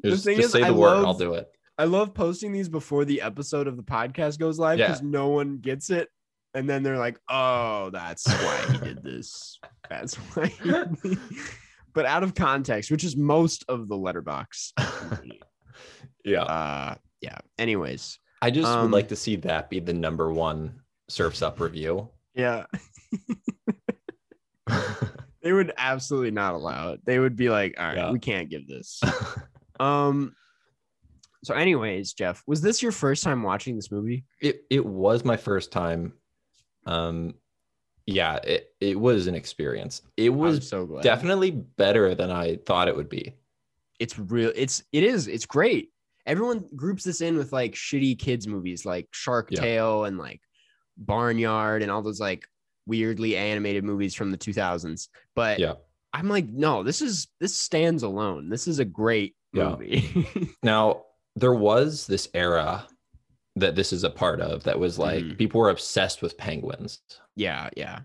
S1: The
S2: Just,
S1: thing
S2: just
S1: is,
S2: say the
S1: I
S2: word and I'll
S1: love-
S2: do it.
S1: I love posting these before the episode of the podcast goes live because no one gets it. And then they're like, oh, that's why he did this. That's why. He did this." but out of context, which is most of the letterbox.
S2: Yeah.
S1: Uh, yeah. Anyways.
S2: I just
S1: Um,
S2: would like to see that be the number one surfs up review.
S1: Yeah. They would absolutely not allow it. They would be like, all right,
S2: Yeah.
S1: we can't give this. um. So, anyways, Jeff, was this your first time watching this movie?
S2: it it was my first time. Um yeah, it, it was an experience. It
S1: I'm
S2: was
S1: so glad.
S2: definitely better than I thought it would be.
S1: it's real it's it is it's great everyone groups this in with like shitty kids movies like shark
S2: Yeah.
S1: tale and like barnyard and all those like weirdly animated movies from the 2000s but
S2: Yeah.
S1: i'm like no this is this stands alone this is a great
S2: Yeah.
S1: movie
S2: Now, there was this era that this is a part of that was like
S1: Mhm.
S2: people were obsessed with penguins.
S1: yeah yeah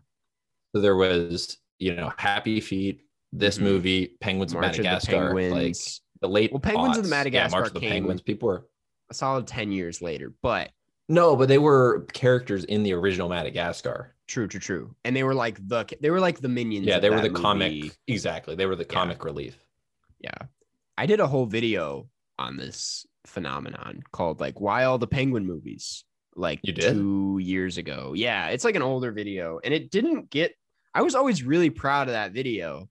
S2: So there was, you know, Happy Feet, this
S1: Mhm.
S2: movie, Penguins
S1: March
S2: of
S1: of the
S2: Madagascar, like
S1: Penguins.
S2: the late
S1: Well, Penguins of the
S2: aughts.
S1: Madagascar
S2: yeah, March of the
S1: came-
S2: Penguins. People were
S1: a solid 10 years later but
S2: no, but they were characters in the original Madagascar.
S1: true true true and they were like the they were like the minions
S2: Yeah,
S1: of
S2: they were
S1: that
S2: the
S1: movie.
S2: comic. Exactly, they were the
S1: Yeah.
S2: comic relief.
S1: Yeah. I did a whole video on this phenomenon called like why all the penguin movies like
S2: You did?
S1: 2 years ago. Yeah, it's like an older video and it didn't get I was always really proud of that video.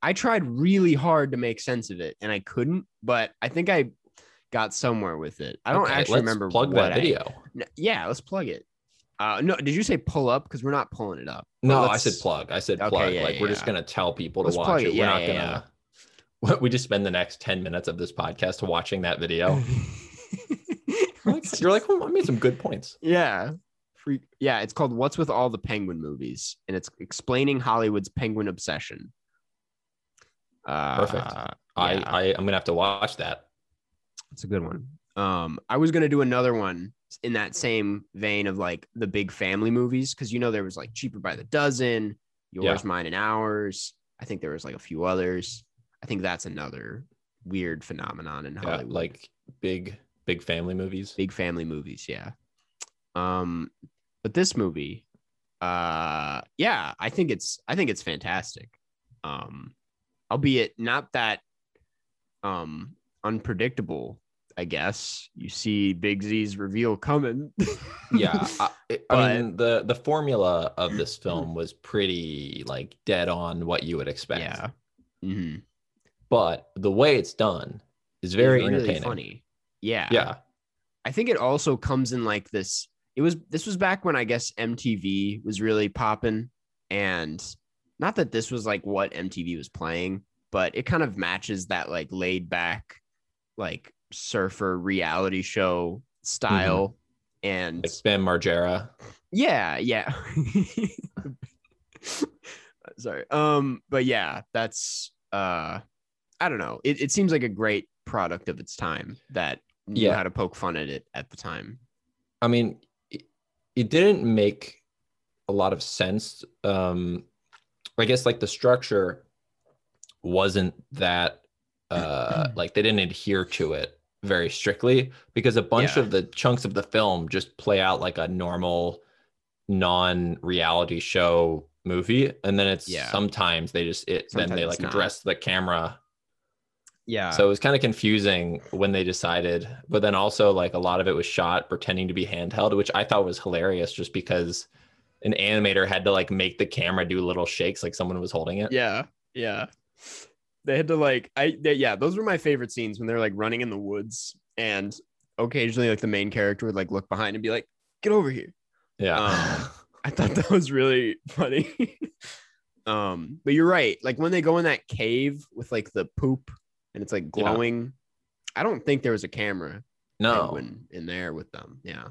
S1: I tried really hard to make sense of it and I couldn't, but I think I got somewhere with it. I don't
S2: Okay,
S1: actually
S2: let's
S1: remember
S2: plug
S1: what
S2: that
S1: I-
S2: video.
S1: N- yeah, let's plug it. Uh no, did you say pull up cuz we're not pulling it up. But
S2: No, I
S1: let's-
S2: said plug. I said
S1: Okay,
S2: plug.
S1: yeah,
S2: like we're
S1: yeah,
S2: just
S1: yeah.
S2: gonna tell people to
S1: Let's plug
S2: watch
S1: it.
S2: it. We're
S1: Yeah,
S2: not
S1: yeah,
S2: gonna. We just spend the next ten minutes of this podcast watching that video. You're like, oh, I made some good points.
S1: Yeah. Freak. Yeah, it's called What's with All the Penguin Movies and it's explaining Hollywood's penguin obsession. Uh,
S2: Perfect. I,
S1: Yeah.
S2: I, I'm gonna have to watch that.
S1: It's a good one. Um, I was gonna do another one in that same vein of like the big family movies because you know there was like Cheaper by the Dozen, Yours, Mine, and Ours. I think there was like a few others. I think that's another weird phenomenon in
S2: Yeah,
S1: Hollywood.
S2: like big, big family movies.
S1: big family movies yeah um but this movie uh yeah i think it's i think it's fantastic um albeit not that um unpredictable i guess you see big z's reveal coming
S2: yeah, I, I
S1: But-
S2: mean the the formula of this film was pretty like dead on what you would expect.
S1: yeah Mhm. It's
S2: But the way it's done is very entertaining.
S1: funny yeah
S2: Yeah.
S1: I think it also comes in like this. It was this was back when I guess MTV was really popping, and not that this was like what MTV was playing, but it kind of matches that like laid back, like surfer reality show style. And
S2: Like Ben Margera.
S1: yeah, yeah. Sorry. Um, but yeah, that's uh I don't know. It, it seems like a great product of its time that knew
S2: Yeah.
S1: how to poke fun at it at the time.
S2: I mean, it, it didn't make a lot of sense. Um, I guess like the structure wasn't that uh, like they didn't adhere to it very strictly because a bunch
S1: Yeah.
S2: of the chunks of the film just play out like a normal non-reality show movie and then it's
S1: Yeah.
S2: sometimes they just it then
S1: Sometimes
S2: they
S1: it's
S2: like
S1: not.
S2: address the camera
S1: Yeah.
S2: so it was kind of confusing when they decided, but then also like a lot of it was shot pretending to be handheld, which I thought was hilarious just because an animator had to like make the camera do little shakes like someone was holding it.
S1: Yeah, yeah. They had to like I they, yeah, those were my favorite scenes when they're like running in the woods and occasionally like the main character would like look behind and be like, "Get over here."
S2: Yeah.
S1: Um, I thought that was really funny. um, but you're right. Like when they go in that cave with like the poop and it's like
S2: Yeah.
S1: glowing. I don't think there was a camera
S2: no.
S1: penguin in there with them. Yeah.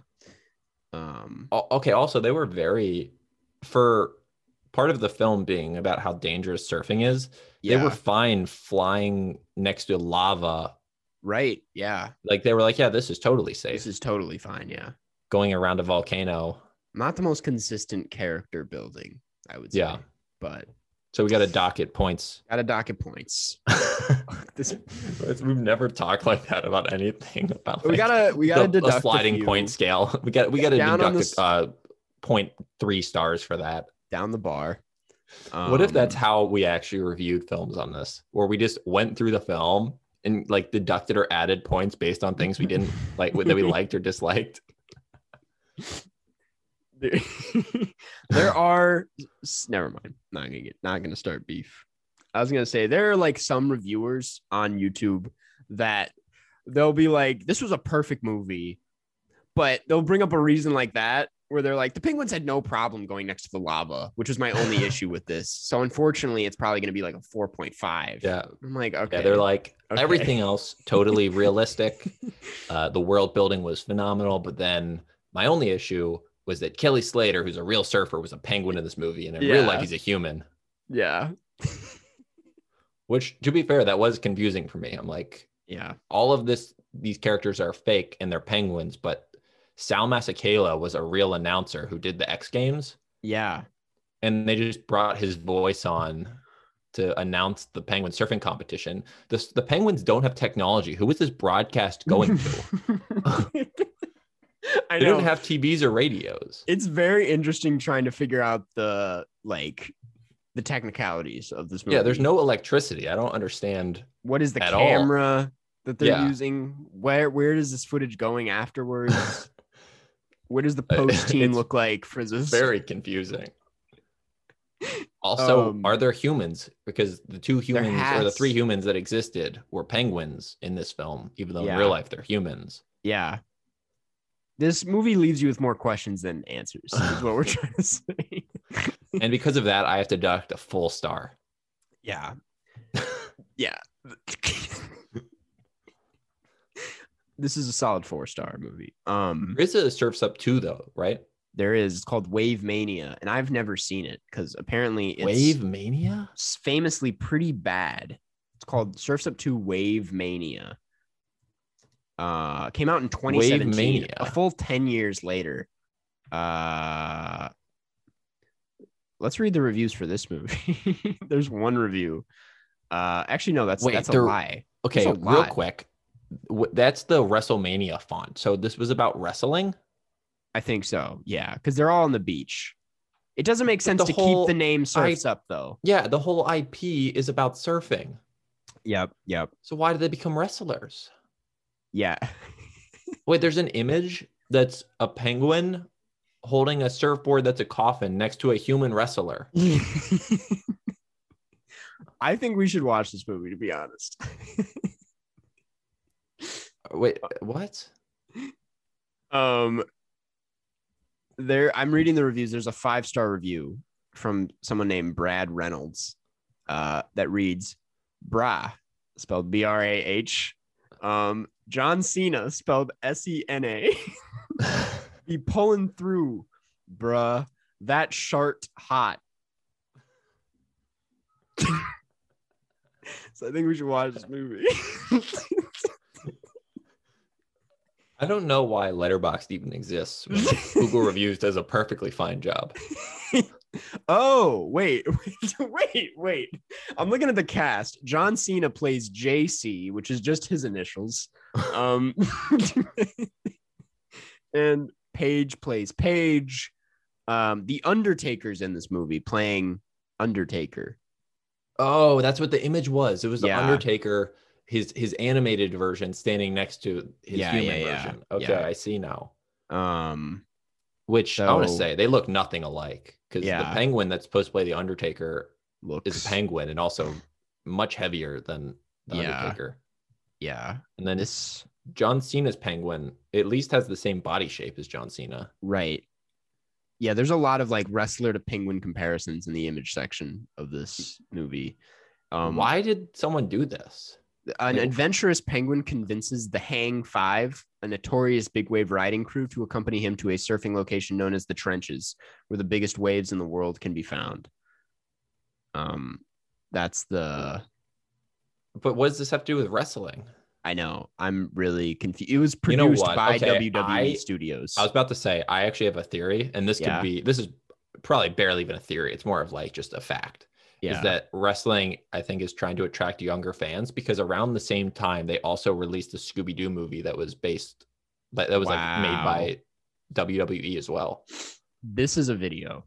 S1: Um
S2: Al- Okay, also they were very for part of the film being about how dangerous surfing is,
S1: yeah,
S2: they were fine flying next to lava.
S1: right. Yeah.
S2: Like they were like, yeah, this is totally safe.
S1: This is totally fine, yeah.
S2: Going around a volcano.
S1: Not the most consistent character building, I would say.
S2: Yeah.
S1: But
S2: So we got to docket points.
S1: got a docket points. This
S2: It's- We've never talked like that about anything. About
S1: we
S2: like,
S1: gotta we gotta
S2: the- a
S1: deduct a
S2: sliding
S1: few
S2: point scale. We got we got to
S1: Down on
S2: deduct
S1: this-
S2: uh, point three stars for that.
S1: down the bar.
S2: what if that's
S1: Um,
S2: how we actually reviewed films on this, where we just went through the film and like deducted or added points based on things we didn't like that we liked or disliked?
S1: there, there are s- never mind not gonna get not gonna start beef i was gonna say there are like some reviewers on youtube that they'll be like this was a perfect movie but they'll bring up a reason like that where they're like the penguins had no problem going next to the lava which was my only issue with this so unfortunately it's probably gonna be like a 4.5
S2: Yeah,
S1: i'm like okay
S2: yeah. They're like
S1: Okay.
S2: everything else totally realistic. Uh, the world building was phenomenal, but then my only issue was that Kelly Slater, who's a real surfer, was a penguin in this movie, and in real
S1: Yeah.
S2: life he's a human.
S1: yeah
S2: Which, to be fair, that was confusing for me. I'm like,
S1: yeah
S2: all of this these characters are fake and they're penguins, but Sal Masakela was a real announcer who did the X Games,
S1: yeah
S2: and they just brought his voice on to announce the penguin surfing competition. The the penguins don't have technology. Who is this broadcast going to?
S1: i
S2: they
S1: know
S2: don't have TVs or radios.
S1: it's very interesting trying to figure out the like the technicalities of this movie.
S2: Yeah, there's no electricity. I don't understand.
S1: what is the
S2: at all.
S1: camera that they're
S2: Yeah.
S1: using? Where where is this footage going afterwards? what does the post team
S2: Uh, It's
S1: look like for this?
S2: Very confusing. Also,
S1: Um,
S2: are there humans? Because the two
S1: There
S2: humans or the
S1: has-
S2: three humans that existed were penguins in this film, even though
S1: Yeah.
S2: in real life they're humans.
S1: yeah. This movie leaves you with more questions than answers, is what we're trying to say.
S2: and because of that, I have to deduct a full star.
S1: Yeah. yeah. this is a solid four star movie. Um
S2: There is a Surfs Up 2, though, right?
S1: there is it's called wave mania and i've never seen it because apparently it's
S2: Wave Mania?
S1: s- famously pretty bad it's called surfs up 2 wave mania uh came out in 2017
S2: Mania.
S1: a full 10 years later uh let's read the reviews for this movie there's one review uh actually no that's
S2: Wait,
S1: that's a
S2: there-
S1: lie
S2: Okay,
S1: a
S2: real
S1: lot.
S2: quick. W- That's the WrestleMania font. So this was about wrestling?
S1: i think so yeah because they're all on the beach it doesn't make sense
S2: the
S1: to
S2: whole
S1: keep the name surfs up though
S2: Yeah, the whole IP is about surfing.
S1: yep yep
S2: So why did they become wrestlers?
S1: yeah
S2: Wait, there's an image that's a penguin holding a surfboard that's a coffin next to a human wrestler.
S1: I think we should watch this movie to be honest.
S2: Wait, what?
S1: Um there I'm reading the reviews. There's a five-star review from someone named Brad Reynolds uh that reads bra spelled B R A H um John Cena spelled S E N A be pulling through bruh that shart hot so I think we should watch this movie
S2: I don't know why Letterboxd even exists. when Google Reviews does a perfectly fine job.
S1: Oh, wait, wait, wait, wait. I'm looking at the cast. John Cena plays JC, which is just his initials. Um, and Paige plays Paige. Um, the Undertaker's in this movie playing Undertaker.
S2: Oh, that's what the image was. It was the
S1: Yeah.
S2: Undertaker, his his animated version standing next to his
S1: Yeah,
S2: human
S1: yeah, yeah,
S2: version. Okay,
S1: yeah.
S2: I see now.
S1: Um,
S2: which I want to
S1: So-
S2: say they look nothing alike because
S1: Yeah.
S2: the penguin that's supposed to play the Undertaker
S1: Looks
S2: is a penguin and also much heavier than the
S1: Yeah.
S2: Undertaker.
S1: Yeah,
S2: And then
S1: this
S2: John Cena's penguin at least has the same body shape as John Cena.
S1: right. Yeah, there's a lot of like wrestler to penguin comparisons in the image section of this movie. Um,
S2: Why did someone do this?
S1: An
S2: Like-
S1: adventurous penguin convinces the Hang Five, a notorious big wave riding crew, to accompany him to a surfing location known as the Trenches, where the biggest waves in the world can be found. Um, that's the
S2: But what does this have to do with wrestling?
S1: I know I'm really confused. It was
S2: You know
S1: produced
S2: what?
S1: by
S2: Okay,
S1: WWE
S2: I-
S1: Studios.
S2: I was about to say I actually have a theory, and this
S1: Yeah.
S2: could be this is probably barely even a theory. It's more of like just a fact.
S1: yeah,
S2: Is that wrestling? I think is trying to attract younger fans because around the same time they also released a Scooby Doo movie that was based, that that was like made by WWE as well.
S1: this is a video.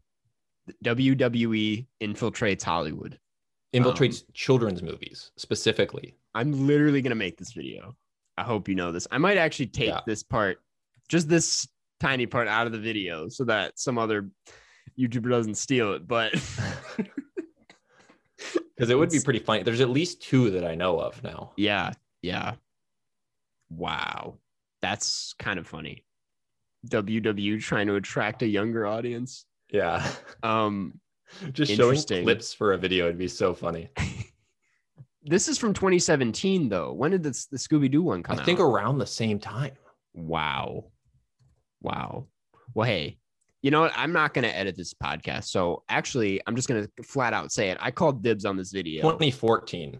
S1: WWE infiltrates Hollywood.
S2: Infiltrates
S1: Um,
S2: children's movies specifically.
S1: I'm literally gonna make this video. I hope you know this. I might actually take
S2: Yeah.
S1: this part, just this tiny part out of the video so that some other YouTuber doesn't steal it. But
S2: Because it would be
S1: It's-
S2: pretty funny. There's at least two that I know of now.
S1: yeah, yeah. Wow. That's kind of funny. WW trying to attract a younger audience.
S2: Yeah.
S1: Um,
S2: Just showing
S1: Interesting.
S2: clips for a video would be so funny.
S1: this is from 2017 though. When did this the Scooby Doo one come
S2: I
S1: out?
S2: think around the same time.
S1: Wow. Wow. Well, hey, you know what? I'm not going to edit this podcast. So actually, I'm just going to flat out say it. I called dibs on this video.
S2: 2014.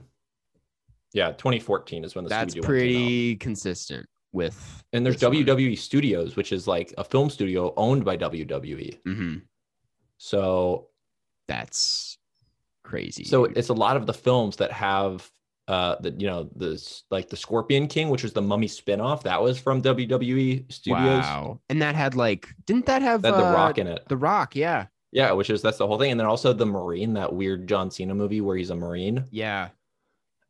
S2: Yeah, 2014 is when the
S1: That's
S2: Scooby-Doo one came out.
S1: pretty consistent with.
S2: And there's
S1: this one.
S2: WWE Studios, which is like a film studio owned by WWE.
S1: Mhm.
S2: So,
S1: That's crazy.
S2: so
S1: dude.
S2: it's a lot of the films that have uh the you know this like the Scorpion King, which was the Mummy spinoff, that was from WWE Studios.
S1: wow. And that had like, didn't that have
S2: That had The
S1: uh,
S2: Rock in it.
S1: The Rock, yeah.
S2: Yeah, which is that's the whole thing. And then also the Marine, that weird John Cena movie where he's a Marine.
S1: Yeah.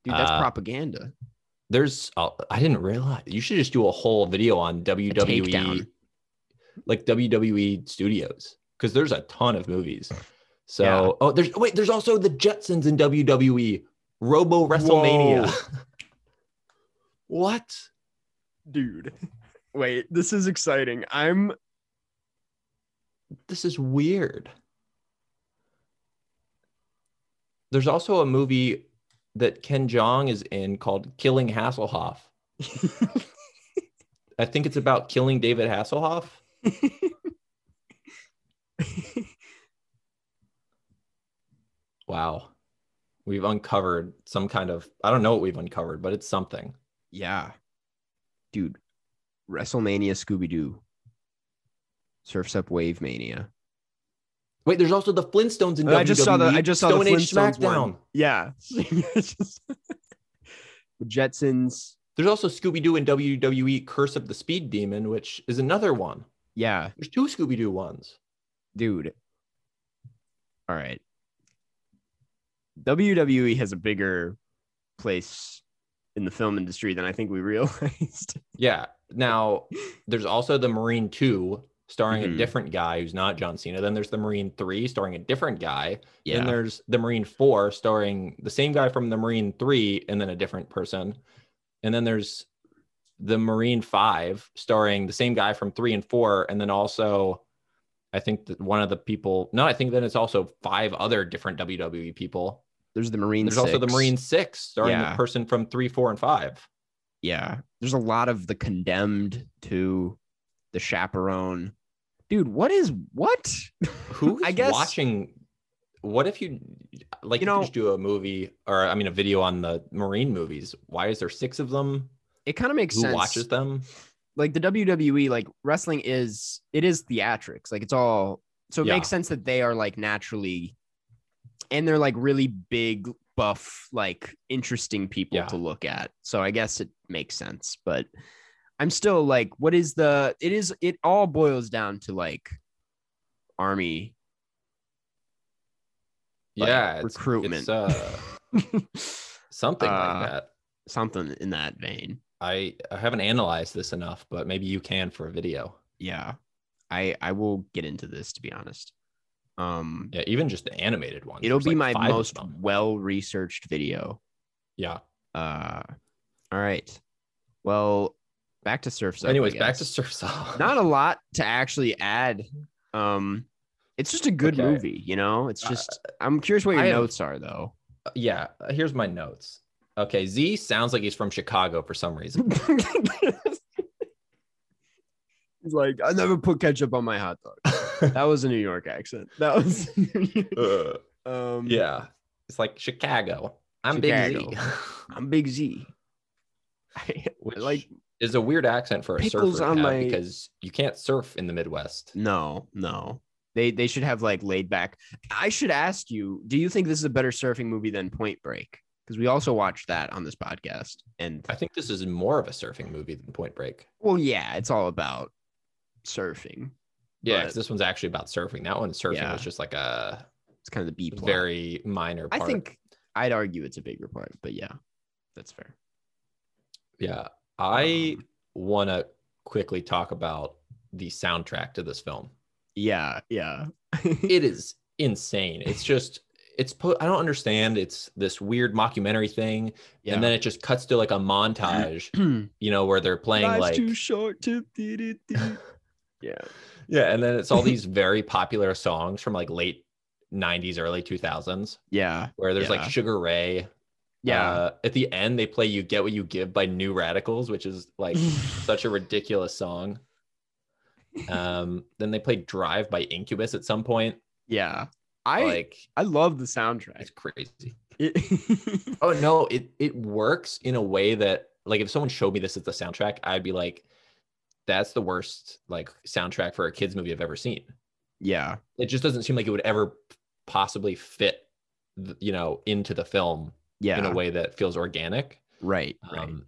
S1: Dude, that's
S2: Uh,
S1: propaganda.
S2: There's uh, I didn't realize you should just do a whole video on WWE
S1: takedown.
S2: like WWE studios because there's a ton of movies. So
S1: Yeah.
S2: oh there's wait, there's also the Jetsons in WWE, Robo WrestleMania. what?
S1: Dude. Wait, this is exciting. I'm
S2: This is weird. There's also a movie that Ken Jong is in called Killing Hasselhoff. I think it's about killing David Hasselhoff. Wow. We've uncovered some kind of, I don't know what we've uncovered, but it's something.
S1: Yeah. Dude, WrestleMania Scooby Doo. Surfs Up Wave Mania.
S2: Wait, there's also the Flintstones in WWE.
S1: I just saw the I just saw
S2: Stone
S1: the
S2: Age
S1: Flintstones
S2: SmackDown.
S1: one. Yeah. the Jetsons.
S2: There's also Scooby Doo and WWE Curse of the Speed Demon, which is another one.
S1: Yeah,
S2: There's two Scooby Doo ones.
S1: dude. All right. WWE has a bigger place in the film industry than I think we realized.
S2: Yeah. Now, there's also the Marine 2 starring
S1: Mhm.
S2: a different guy who's not John Cena. Then there's the Marine 3 starring a different guy. Then
S1: yeah.
S2: there's the Marine 4 starring the same guy from the Marine 3 and then a different person. And then there's the Marine 5 starring the same guy from 3 and 4 and then also I think that one of the people No, I think then it's also five other different WWE people.
S1: There's the Marine.
S2: There's also the
S1: Six.
S2: Marine 6 starring
S1: Yeah.
S2: the person from 3, 4 and 5.
S1: yeah there's a lot of the condemned to the chaperone dude what is what
S2: Who is
S1: I guess-
S2: watching what if you like
S1: You
S2: you,
S1: know-
S2: could just do a movie or I mean a video on the Marine movies? Why is there six of them?
S1: it kind of makes
S2: Who
S1: sense
S2: watches them?
S1: like the wwe like wrestling is it is theatrics like it's all so it
S2: Yeah.
S1: makes sense that they are like naturally and they're like really big buff like interesting people
S2: Yeah.
S1: to look at so i guess it makes sense but i'm still like what is the it is it all boils down to like army like,
S2: yeah, it's-
S1: recruitment.
S2: It's, uh, something
S1: Uh,
S2: like that.
S1: something in that vein.
S2: I, I haven't analyzed this enough, but maybe you can for a video.
S1: Yeah. I I will get into this to be honest. Um,
S2: Yeah, even just the animated ones.
S1: it'll
S2: there's,
S1: be my
S2: like, five of
S1: most
S2: them.
S1: well researched video.
S2: Yeah.
S1: Uh, all right. Well, back to surfs. Up, I
S2: Anyways, back
S1: guess.
S2: to Surf's Up.
S1: not a lot to actually add. Um, it's just a good
S2: Okay.
S1: movie, you know. It's
S2: Uh,
S1: just I'm curious what your
S2: I have-
S1: notes are though.
S2: yeah. Here's my notes. Okay, Z sounds like he's from Chicago for some reason.
S1: He's like, I never put ketchup on my hot dog. That was a New York accent. That was
S2: Uh,
S1: um
S2: yeah, it's like Chicago. I'm Big Z,
S1: Chicago. I'm Big Z. I,
S2: which
S1: like
S2: like is a weird accent for a
S1: Pickles
S2: surfer
S1: on
S2: to have
S1: my-
S2: because you can't surf in the Midwest.
S1: no, no. They they should have like laid back. I should ask you, do you think this is a better surfing movie than Point Break? Because we also watched that on this podcast. And
S2: I think this is more of a surfing movie than Point Break.
S1: well, yeah, it's all about surfing.
S2: Yeah,
S1: But-
S2: 'cause this one's actually about surfing. That one surfing
S1: Yeah.
S2: was just like a
S1: It's kind of the B plot.
S2: very minor.
S1: I
S2: Part.
S1: think I'd argue it's a bigger part, but yeah, that's fair.
S2: Yeah, I
S1: Um,
S2: want to quickly talk about the soundtrack to this film.
S1: yeah, yeah.
S2: It is insane. It's just it's po- I don't understand. It's this weird mockumentary thing,
S1: yeah.
S2: and then it just cuts to like a montage, you know, where they're playing
S1: Life's
S2: like
S1: too short to yeah.
S2: yeah, and then it's all these very popular songs from like late '90s, early 2000s,
S1: Yeah.
S2: where there's
S1: Yeah.
S2: like Sugar Ray.
S1: Yeah.
S2: Uh, at the end, they play "You Get What You Give" by New Radicals, which is like such a ridiculous song. Um, then they played Drive by Incubus at some point.
S1: yeah. I
S2: like
S1: I love the
S2: it's
S1: soundtrack.
S2: crazy.
S1: It-
S2: Oh no, it it works in a way that like if someone showed me this as the soundtrack, I'd be like, that's the worst like soundtrack for a kids movie I've ever seen.
S1: yeah.
S2: It just doesn't seem like it would ever possibly fit, th- you know, into the film
S1: Yeah.
S2: in a way that feels organic.
S1: Right. Right.
S2: Um,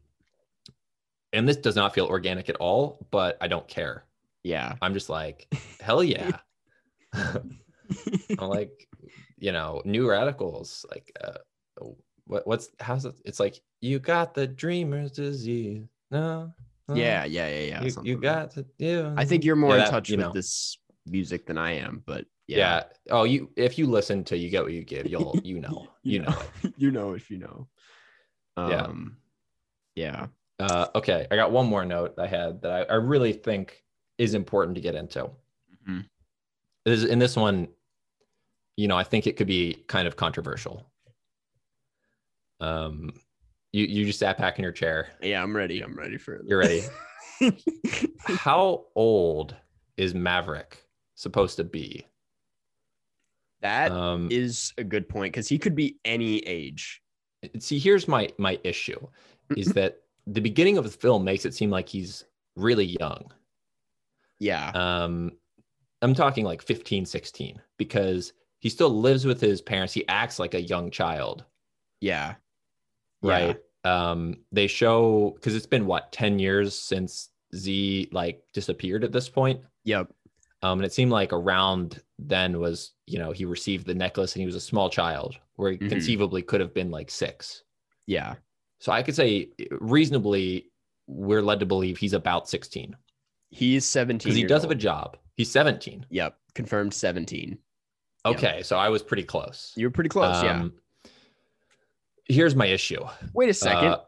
S2: and this does not feel organic at all, but I don't care.
S1: yeah.
S2: I'm just like, hell yeah. I'm like, you know, new radicals. Like, uh, what, what's how's it? It's like you got the dreamer's disease. No, no,
S1: Yeah. Yeah. Yeah. Yeah.
S2: you,
S1: something
S2: you
S1: like that.
S2: got to do.
S1: I think you're more
S2: Yeah,
S1: in
S2: that-
S1: touch
S2: you
S1: with
S2: know.
S1: this music than I am, but
S2: yeah. Oh, you if you listen to you get what you give. You'll you know you know.
S1: you know if you know.
S2: Yeah.
S1: Um, yeah.
S2: Uh, okay, I got one more note I had that I, I really think is important to get into.
S1: Mhm.
S2: This in this one, you know, I think it could be kind of controversial. Um, you you just sat back in your chair.
S1: Yeah. I'm ready. I'm ready for it.
S2: You're ready. How old is Maverick supposed to be?
S1: That is
S2: Um,
S1: a good point because he could be any age.
S2: see, here's my my issue, is that the beginning of the film makes it seem like he's really young.
S1: Yeah.
S2: um i'm talking like 15 16 because he still lives with his parents he acts like a young child
S1: Yeah.
S2: right um they show because it's been what 10 years since z like disappeared at this point
S1: Yep.
S2: um and it seemed like around then was you know he received the necklace and he was a small child where he
S1: Mhm.
S2: conceivably could have been like six
S1: Yeah.
S2: so i could say uh, reasonably we're led to believe he's about 16
S1: He is 17.
S2: because he
S1: years
S2: does have
S1: old.
S2: a job he's 17
S1: Yep. Confirmed 17. Yeah.
S2: okay so i was pretty close
S1: You're pretty close. yeah.
S2: Um, Here's my issue.
S1: Wait a second.
S2: Uh,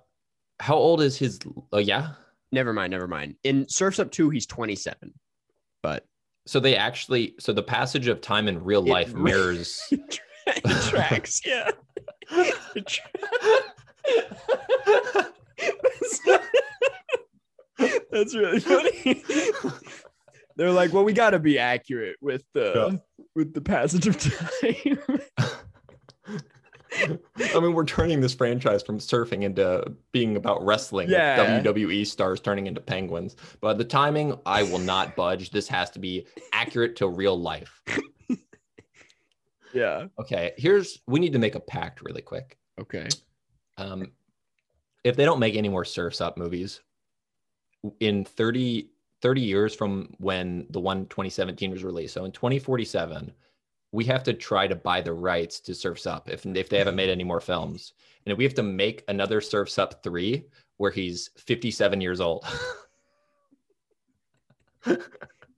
S2: how old is his? Oh, yeah.
S1: never mind. Never mind. In Surf's Up 2, he's 27. But
S2: So they actually, so the passage of time in real
S1: It
S2: life
S1: re-
S2: mirrors.
S1: it tracks. Yeah. It tracks. That's really funny. They're like, well, we got to be accurate with the with the passage of time.
S2: I mean, we're turning this franchise from surfing into being about wrestling. with
S1: Yeah.
S2: WWE stars turning into penguins. But the timing, I will not budge. This has to be accurate to real life.
S1: yeah.
S2: Okay. Here's, we need to make a pact really quick.
S1: Okay.
S2: Um, if they don't make any more Surf's Up movies in 30, 30 years from when the one 2017 was released, so in 2047, we have to try to buy the rights to Surf's Up if, if they haven't made any more films. And we have to make another Surf's Up 3 where he's 57 years old.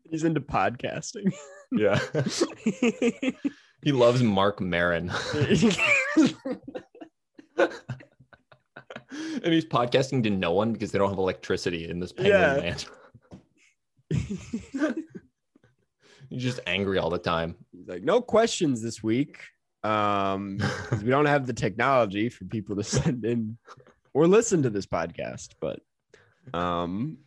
S1: He's into podcasting.
S2: Yeah. he loves Mark Marin. and he's podcasting to no one because they don't have electricity in this penguin
S1: Yeah.
S2: land. He's just angry all the time.
S1: He's like, no questions this week. Um, 'cause we don't have the technology for people to send in or listen to this podcast, but um,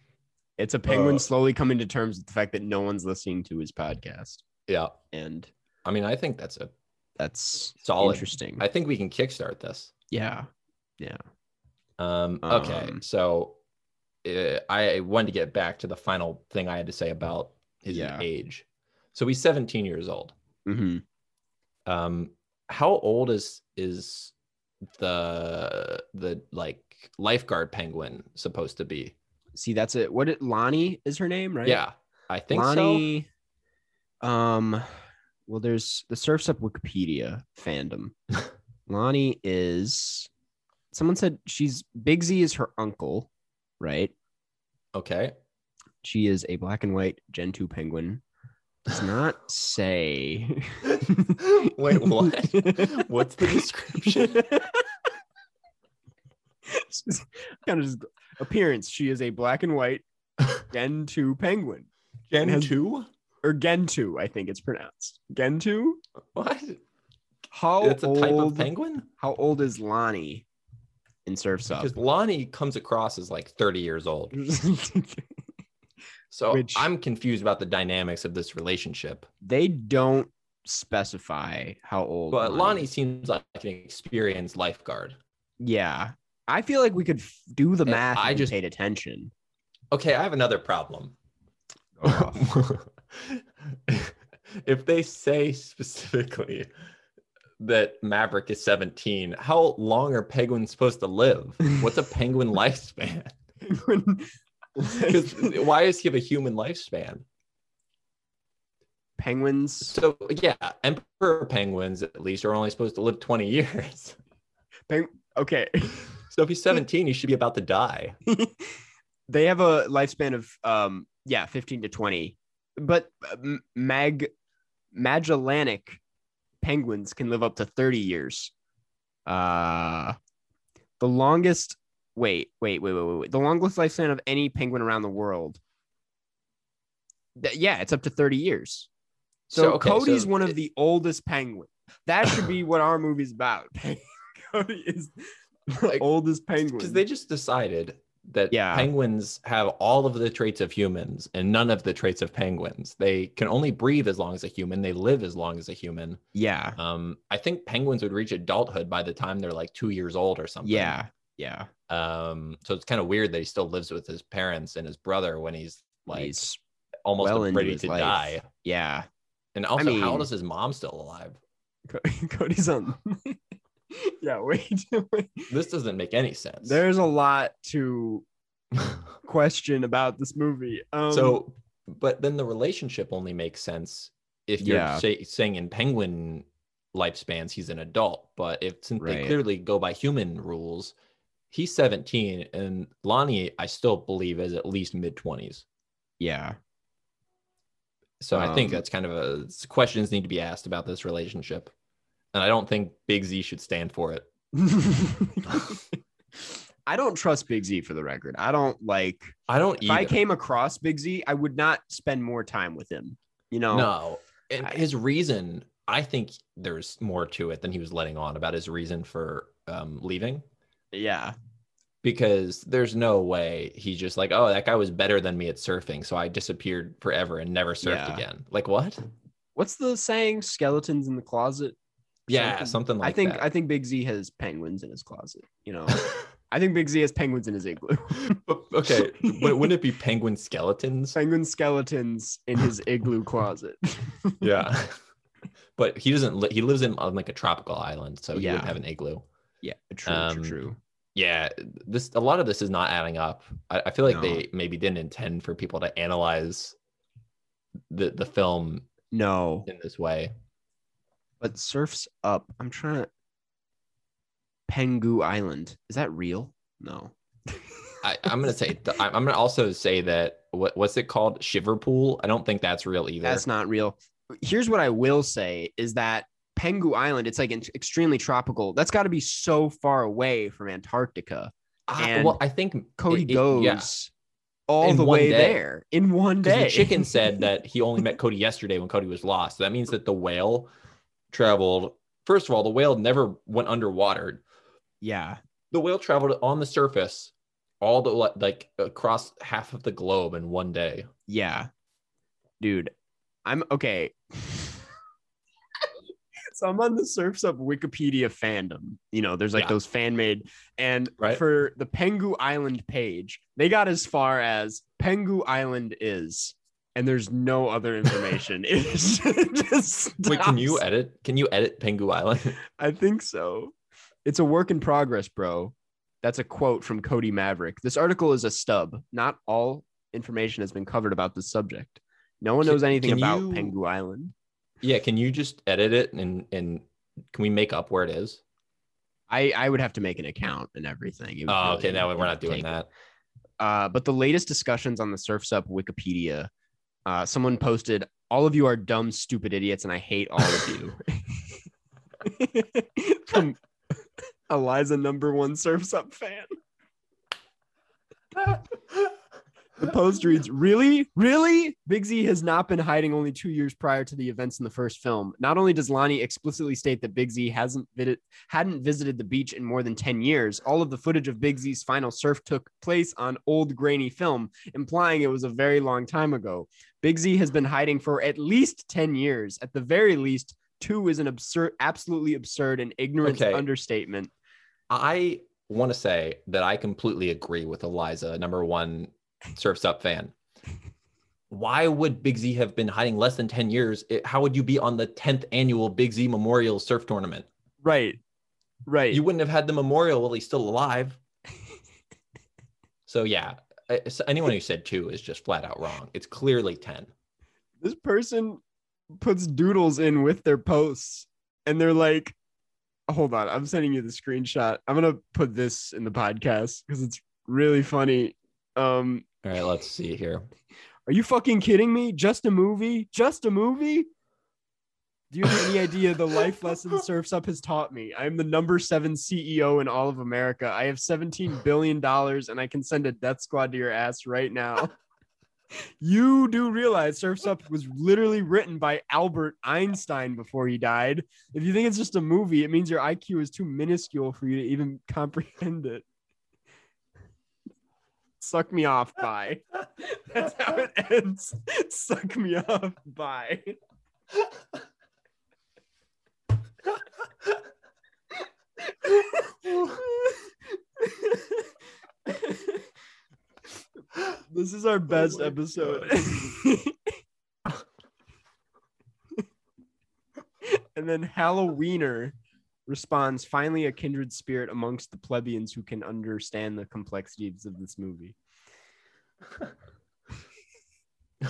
S1: it's a penguin
S2: Uh.
S1: slowly coming to terms with the fact that no one's listening to his podcast,
S2: Yeah.
S1: and
S2: I mean, I think that's a
S1: that's
S2: solid.
S1: interesting.
S2: I think we can kickstart this.
S1: yeah,
S2: Um, okay,
S1: Um,
S2: so uh, I wanted to get back to the final thing I had to say about his
S1: Yeah.
S2: age. So he's 17 years old.
S1: hmm
S2: Um, how old is is the the like lifeguard penguin supposed to be?
S1: see, that's it. What it, Lonnie is her name, right?
S2: Yeah, I think so.
S1: Lonnie. Um, well, there's the Surfs Up Wikipedia fandom. Lonnie is someone said she's Big Z is her uncle, right?
S2: Okay,
S1: She is a black and white Gen 2 penguin. Does not say.
S2: wait, what? What's the description?
S1: She's kind of just appearance. She is a black and white Gen 2 penguin.
S2: Gen
S1: Has-
S2: two?
S1: Or Gen 2, I think it's pronounced. Gen 2?
S2: What?
S1: How
S2: It's a
S1: old,
S2: type of penguin.
S1: How old is Lonnie in Surf's Up?
S2: Because Lonnie comes across as like 30 years old. So
S1: Which-
S2: I'm confused about the dynamics of this relationship.
S1: they don't specify how old.
S2: But
S1: Lonnie-
S2: Lonnie seems like an experienced lifeguard.
S1: yeah, I feel like we could f- do the
S2: And
S1: math.
S2: I
S1: I just
S2: just-
S1: paid attention.
S2: Okay, I have another problem.
S1: Go
S2: Oh.
S1: off.
S2: if they say specifically that Maverick is 17, how long are penguins supposed to live? What's a penguin lifespan? 'Cause why does he have a human lifespan?
S1: penguins,
S2: So yeah, emperor penguins at least are only supposed to live 20 years.
S1: okay,
S2: So if he's 17, he should be about to die.
S1: they have a lifespan of um, yeah, fifteen to twenty, but um, mag Magellanic penguins can live up to thirty years. Uh, the longest. Wait, wait, wait, wait, wait, wait. The longest lifespan of any penguin around the world. Th- yeah, it's up to thirty years. So,
S2: okay,
S1: Cody's
S2: so
S1: one of
S2: it-
S1: the oldest penguins. That should be what our movie's about. Cody is the
S2: Like,
S1: oldest penguin.
S2: because they just decided that
S1: Yeah.
S2: penguins have all of the traits of humans and none of the traits of penguins. They can only breathe as long as a human. They live as long as a human.
S1: yeah,
S2: Um, I think penguins would reach adulthood by the time they're like two years old or something.
S1: yeah, yeah.
S2: Um, so it's kind of weird that he still lives with his parents and his brother when he's like
S1: He's-
S2: almost
S1: well into
S2: ready
S1: his
S2: to
S1: life.
S2: die.
S1: yeah.
S2: And also, how
S1: mean-
S2: old is his mom still alive?
S1: Co- Cody's on. yeah, wait, wait.
S2: This doesn't make any sense.
S1: There's a lot to question about this movie. Um,
S2: so but then the relationship only makes sense if you're
S1: Yeah.
S2: say, saying in penguin lifespans he's an adult but if since
S1: Right.
S2: they clearly go by human rules he's 17 and lonnie i still believe is at least mid-20s
S1: yeah,
S2: so i think
S1: Um,
S2: that's kind of a questions need to be asked about this relationship and i don't think big z should stand for it
S1: I don't trust Big Z for the record. I don't like.
S2: i don't
S1: If
S2: either
S1: I came across Big Z, I would not spend more time with him. You know.
S2: no and
S1: I-
S2: his reason i think there's more to it than he was letting on about his reason for um, leaving
S1: Yeah.
S2: because there's no way he's just like, oh, that guy was better than me at surfing, so I disappeared forever and never surfed
S1: Yeah.
S2: again. Like what?
S1: What's the saying? Skeletons in the closet.
S2: Yeah,
S1: Something-
S2: something, like
S1: I think
S2: that.
S1: I think Big Z has penguins in his closet. You know. I think Big Z has penguins in his igloo.
S2: But- okay, but wouldn't it be penguin skeletons?
S1: penguin skeletons in his igloo closet.
S2: Yeah, but he doesn't. Li- he lives in on like a tropical island, so he
S1: Yeah.
S2: wouldn't have an igloo.
S1: Yeah, true,
S2: Um,
S1: true, true.
S2: Yeah, this a lot of this is not adding up. I, I feel like
S1: No.
S2: they maybe didn't intend for people to analyze the the film
S1: No,
S2: in this way.
S1: but Surf's Up. I'm trying to. Pengu Island. Is that real? No.
S2: I, I'm gonna say I'm gonna also say that what what's it called? Shiverpool. I don't think that's real either.
S1: That's not real. Here's what I will say is that Pengu Island, it's like in- extremely tropical. That's got to be so far away from Antarctica.
S2: I,
S1: and
S2: Ah, well, I think
S1: Cody
S2: it- it-
S1: goes
S2: yeah.
S1: all
S2: In
S1: the
S2: one
S1: way
S2: day.
S1: there in one
S2: 'Cause
S1: day.
S2: The chicken said that he only met Cody yesterday when Cody was lost. So that means that the whale traveled. First of all, the whale never went underwater.
S1: yeah.
S2: The whale traveled on the surface, all the like across half of the globe in one day.
S1: Yeah. Dude, I'm okay. so I'm on the Surfs Up Wikipedia fandom. You know, there's like
S2: Yeah.
S1: those fan made. And
S2: Right.
S1: for the Pengu Island page, they got as far as Pengu Island is. And there's no other information. it is just
S2: Wait, can you
S1: stops.
S2: edit? Can you edit Pengu Island?
S1: I think so. It's a work in progress, bro. That's a quote from Cody Maverick. This article is a stub. Not all information has been covered about this subject. No one
S2: Can-
S1: knows anything
S2: can
S1: about
S2: you-
S1: Pengu Island.
S2: yeah, can you just edit it and and can we make up where it is?
S1: I, I would have to make an account and everything. It would
S2: Oh, okay.
S1: really-
S2: Now
S1: it
S2: we're
S1: would
S2: not doing
S1: take-
S2: that.
S1: Uh, but the latest discussions on the Surfs Up Wikipedia, uh, someone posted, "All of you are dumb, stupid idiots, and I hate all of you." From Eliza, number one Surfs Up fan. The post reads, Really? Really? Big Z has not been hiding only two years prior to the events in the first film. Not only does Lonnie explicitly state that Big Z hasn't vid- hadn't visited the beach in more than 10 years, all of the footage of Big Z's final surf took place on old grainy film, implying it was a very long time ago. Big Z has been hiding for at least 10 years. At the very least, two is an absurd, absolutely absurd and ignorant
S2: Okay.
S1: understatement.
S2: I want to say that I completely agree with Eliza, number one Surf's Up fan. Why would Big Z have been hiding less than 10 years? It- how would you be on the 10th annual Big Z Memorial Surf Tournament?
S1: Right. Right.
S2: You wouldn't have had the memorial while he's still alive. so, yeah, I- so anyone who said two is just flat out wrong. It's clearly 10.
S1: this person puts doodles in with their posts and they're like hold on i'm sending you the screenshot i'm gonna put this in the podcast because it's really funny um
S2: All right, let's see here.
S1: are you fucking kidding me just a movie just a movie do you have any idea the life lesson Surfs Up has taught me? I am the number seven CEO in all of America. I have $17 billion and I can send a death squad to your ass right now. You do realize Surfs Up was literally written by Albert Einstein before he died. If you think it's just a movie, it means your IQ is too minuscule for you to even comprehend it. Suck me off, bye. That's how it ends. Suck me off, bye. this is our best
S2: my
S1: episode. and then Halloweener responds finally a kindred spirit amongst the plebeians who can understand the complexities of this movie.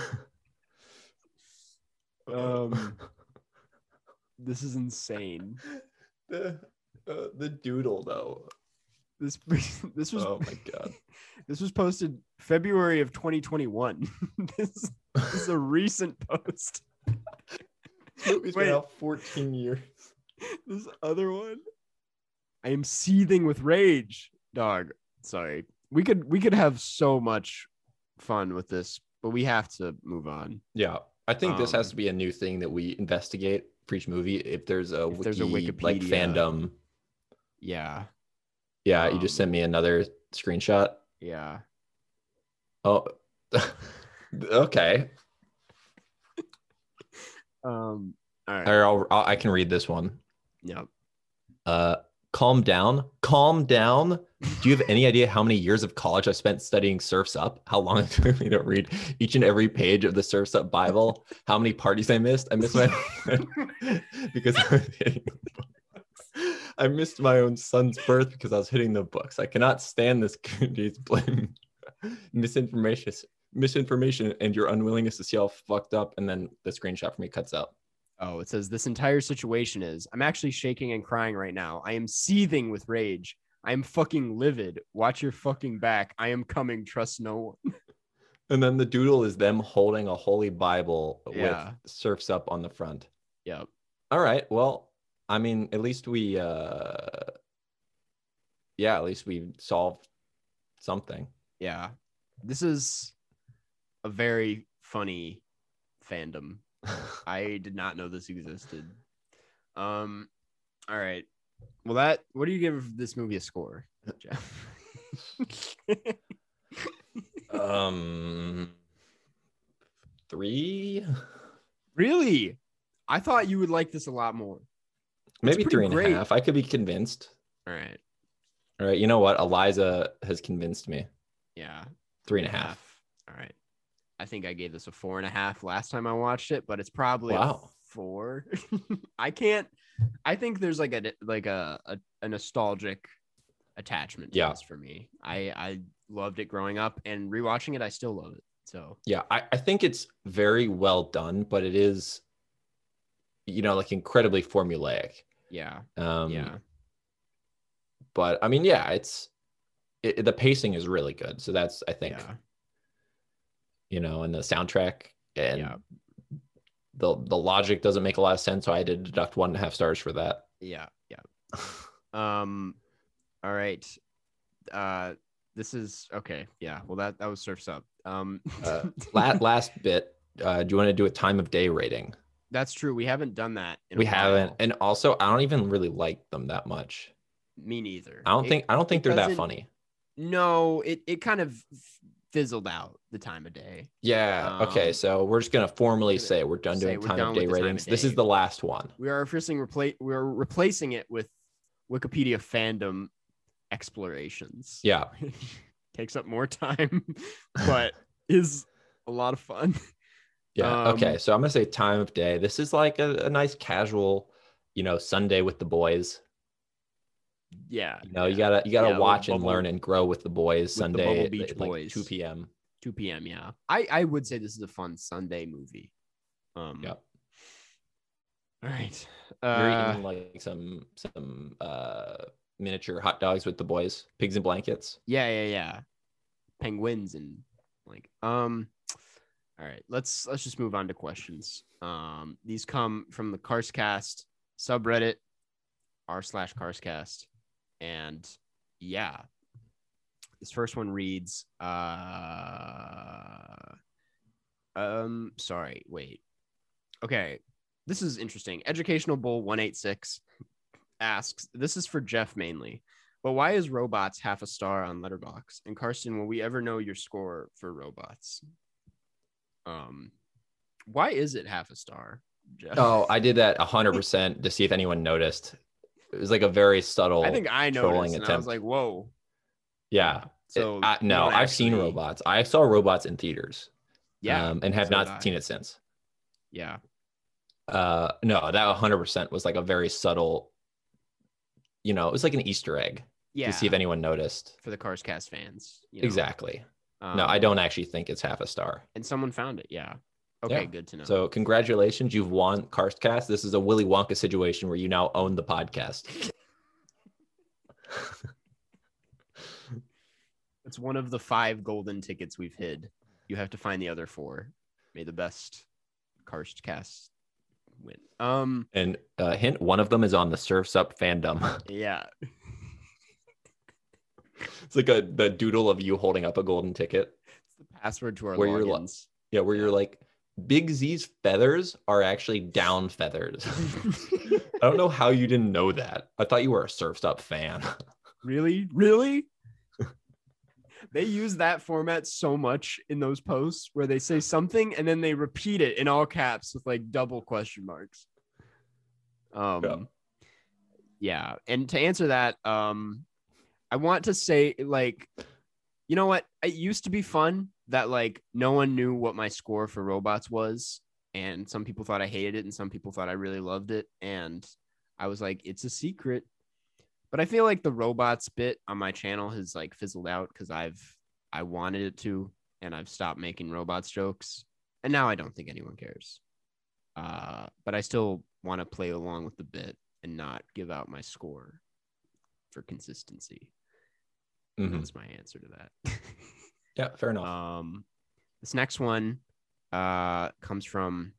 S1: Um, this is insane.
S2: the uh, the doodle though.
S1: This this was
S2: Oh my god.
S1: This was posted February of 2021. this, this is a recent post.
S2: Movie's
S1: been Wait. out
S2: 14 years.
S1: This other one. I am seething with rage, dog. Sorry. We could we could have so much fun with this, but we have to move on.
S2: Yeah. I think this
S1: Um,
S2: has to be a new thing that we investigate for each movie. If there's a
S1: If
S2: wiki,
S1: there's a
S2: like
S1: Wikipedia.
S2: fandom.
S1: Yeah.
S2: Yeah, you just
S1: Um,
S2: sent me another screenshot.
S1: Yeah.
S2: Oh okay.
S1: Um all right.
S2: Or I'll, I'll, I can read this one.
S1: Yep.
S2: Uh calm down. Calm down. Do you have any idea how many years of college I spent studying Surf's Up? How long it took me to read each and every page of the Surf's Up Bible? How many parties I missed? I missed my because I was hitting the books. I missed my own son's birth because I was hitting the books. I cannot stand this community's blame, misinformation, misinformation, and your unwillingness to see how fucked up. And then the screenshot for me cuts out.
S1: Oh, it says this entire situation is I'm actually shaking and crying right now. I am seething with rage. I'm fucking livid. Watch your fucking back. I am coming. Trust no one.
S2: And then the doodle is them holding a holy Bible
S1: Yeah.
S2: with surfs up on the front.
S1: Yep.
S2: All right. Well, I mean, at least we, uh, yeah, at least we solved something.
S1: Yeah. This is a very funny fandom. I did not know this existed. Um, all right. Well, that what do you give this movie a score, Jeff?
S2: um, three,
S1: really? I thought you would like this a lot more.
S2: maybe
S1: pretty
S2: three and a half.
S1: great.
S2: I could be convinced.
S1: All right.
S2: All right. You know what? Eliza has convinced me.
S1: Yeah.
S2: Three and a half.
S1: All right. I think I gave this a four and a half last time I watched it, but it's probably a
S2: Wow.
S1: four. I can't. I think there's like a like a, a, a nostalgic attachment to
S2: Yeah.
S1: this for me. I I loved it growing up, and rewatching it, I still love it. So
S2: Yeah, I, I think it's very well done, but it is, you know, like incredibly formulaic.
S1: yeah,
S2: Um,
S1: yeah,
S2: But I mean, yeah, it's it, it- the pacing is really good. So that's I think
S1: yeah,
S2: you know, and the soundtrack and
S1: Yeah.
S2: the the logic doesn't make a lot of sense. So I did deduct one and a half stars for that.
S1: yeah, yeah. Um, all right. Uh, this is okay. Yeah. Well, that that was Surfs Up. Um,
S2: Uh, last last bit. Uh, do you want to do a time of day rating?
S1: that's true. We haven't done that. in a
S2: We
S1: while.
S2: haven't, and also I don't even really like them that much.
S1: Me neither.
S2: I don't
S1: It-
S2: think I don't think they're that
S1: doesn't-
S2: funny.
S1: No, it it kind of fizzled out the time of day.
S2: Yeah. okay.
S1: Um,
S2: So we're just gonna formally
S1: gonna
S2: say we're done
S1: say
S2: doing
S1: we're
S2: time
S1: done
S2: of
S1: with
S2: day
S1: the time of
S2: ratings. This is
S1: day.
S2: the last one.
S1: We are replacing repla- we are replacing it with Wikipedia fandom explorations.
S2: Yeah.
S1: Takes up more time, but is a lot of fun.
S2: Yeah.
S1: Um,
S2: okay. So I'm gonna say time of day. This is like a, a nice casual, you know, Sunday with the boys.
S1: Yeah.
S2: You know, you gotta you gotta
S1: Yeah, little
S2: watch and
S1: bubble-
S2: learn and grow with the boys
S1: the
S2: Sunday
S1: Bubble
S2: at,
S1: Beach
S2: like,
S1: Boys.
S2: 2 p.m.
S1: 2 p.m. Yeah. I I would say this is a fun Sunday movie. Um
S2: Yep.
S1: All right.
S2: You're
S1: Uh,
S2: eating like some some uh miniature hot dogs with the boys, pigs and blankets.
S1: yeah, yeah, yeah. Penguins and like um all right, let's let's just move on to questions. Um these come from the Carscast subreddit r slash Carscast. And yeah. This first one reads uh um sorry, wait. Okay. This is interesting. Educational Bull 186 asks, this is for Jeff mainly. But why is robots half a star on Letterbox? And Karsten, will we ever know your score for robots? Um, why is it half a star? Jeff?
S2: Oh, I did that hundred percent to see if anyone noticed. It was like a very subtle
S1: I think I
S2: trolling
S1: noticed. And I was
S2: attempt.
S1: like, whoa.
S2: yeah. It-
S1: So
S2: I,
S1: you
S2: no,
S1: don't
S2: I've seen
S1: actually-
S2: robots. I saw robots in theaters.
S1: Yeah,
S2: um, and have
S1: so did I.
S2: not seen it since.
S1: yeah,
S2: Uh, no, that 100 percent was like a very subtle. You know, it was like an Easter egg
S1: yeah.
S2: to see if anyone noticed.
S1: for the Cars Cast fans, you know?
S2: Exactly. no,
S1: Um,
S2: I don't actually think it's half a star.
S1: And someone found it. Yeah. Okay,
S2: Yeah.
S1: good to know.
S2: So congratulations, you've won Karstcast. This is a Willy Wonka situation where you now own the podcast.
S1: it's one of the five golden tickets we've hid. You have to find the other four. May the best Cars Cast win. Um,
S2: And uh, hint: one of them is on the Surfs Up fandom.
S1: yeah.
S2: it's like a the doodle of you holding up a golden ticket.
S1: It's the password to our
S2: Where you're lo-
S1: logins.
S2: Yeah, where you're like, Big Z's feathers are actually down feathers. I don't know how you didn't know that. I thought you were a surfed up fan.
S1: really? Really? they use that format so much in those posts where they say something and then they repeat it in all caps with like double question marks. Um
S2: Yeah.
S1: yeah. And to answer that, um I want to say like you know what? It used to be fun that like no one knew what my score for robots was and some people thought I hated it and some people thought I really loved it and I was like it's a secret but I feel like the robots bit on my channel has like fizzled out because I've I wanted it to and I've stopped making robots jokes and now I don't think anyone cares. Uh, but I still want to play along with the bit and not give out my score. for consistency.
S2: Mhm.
S1: That's my answer to that.
S2: Yeah, fair enough.
S1: Um, this next one uh, comes from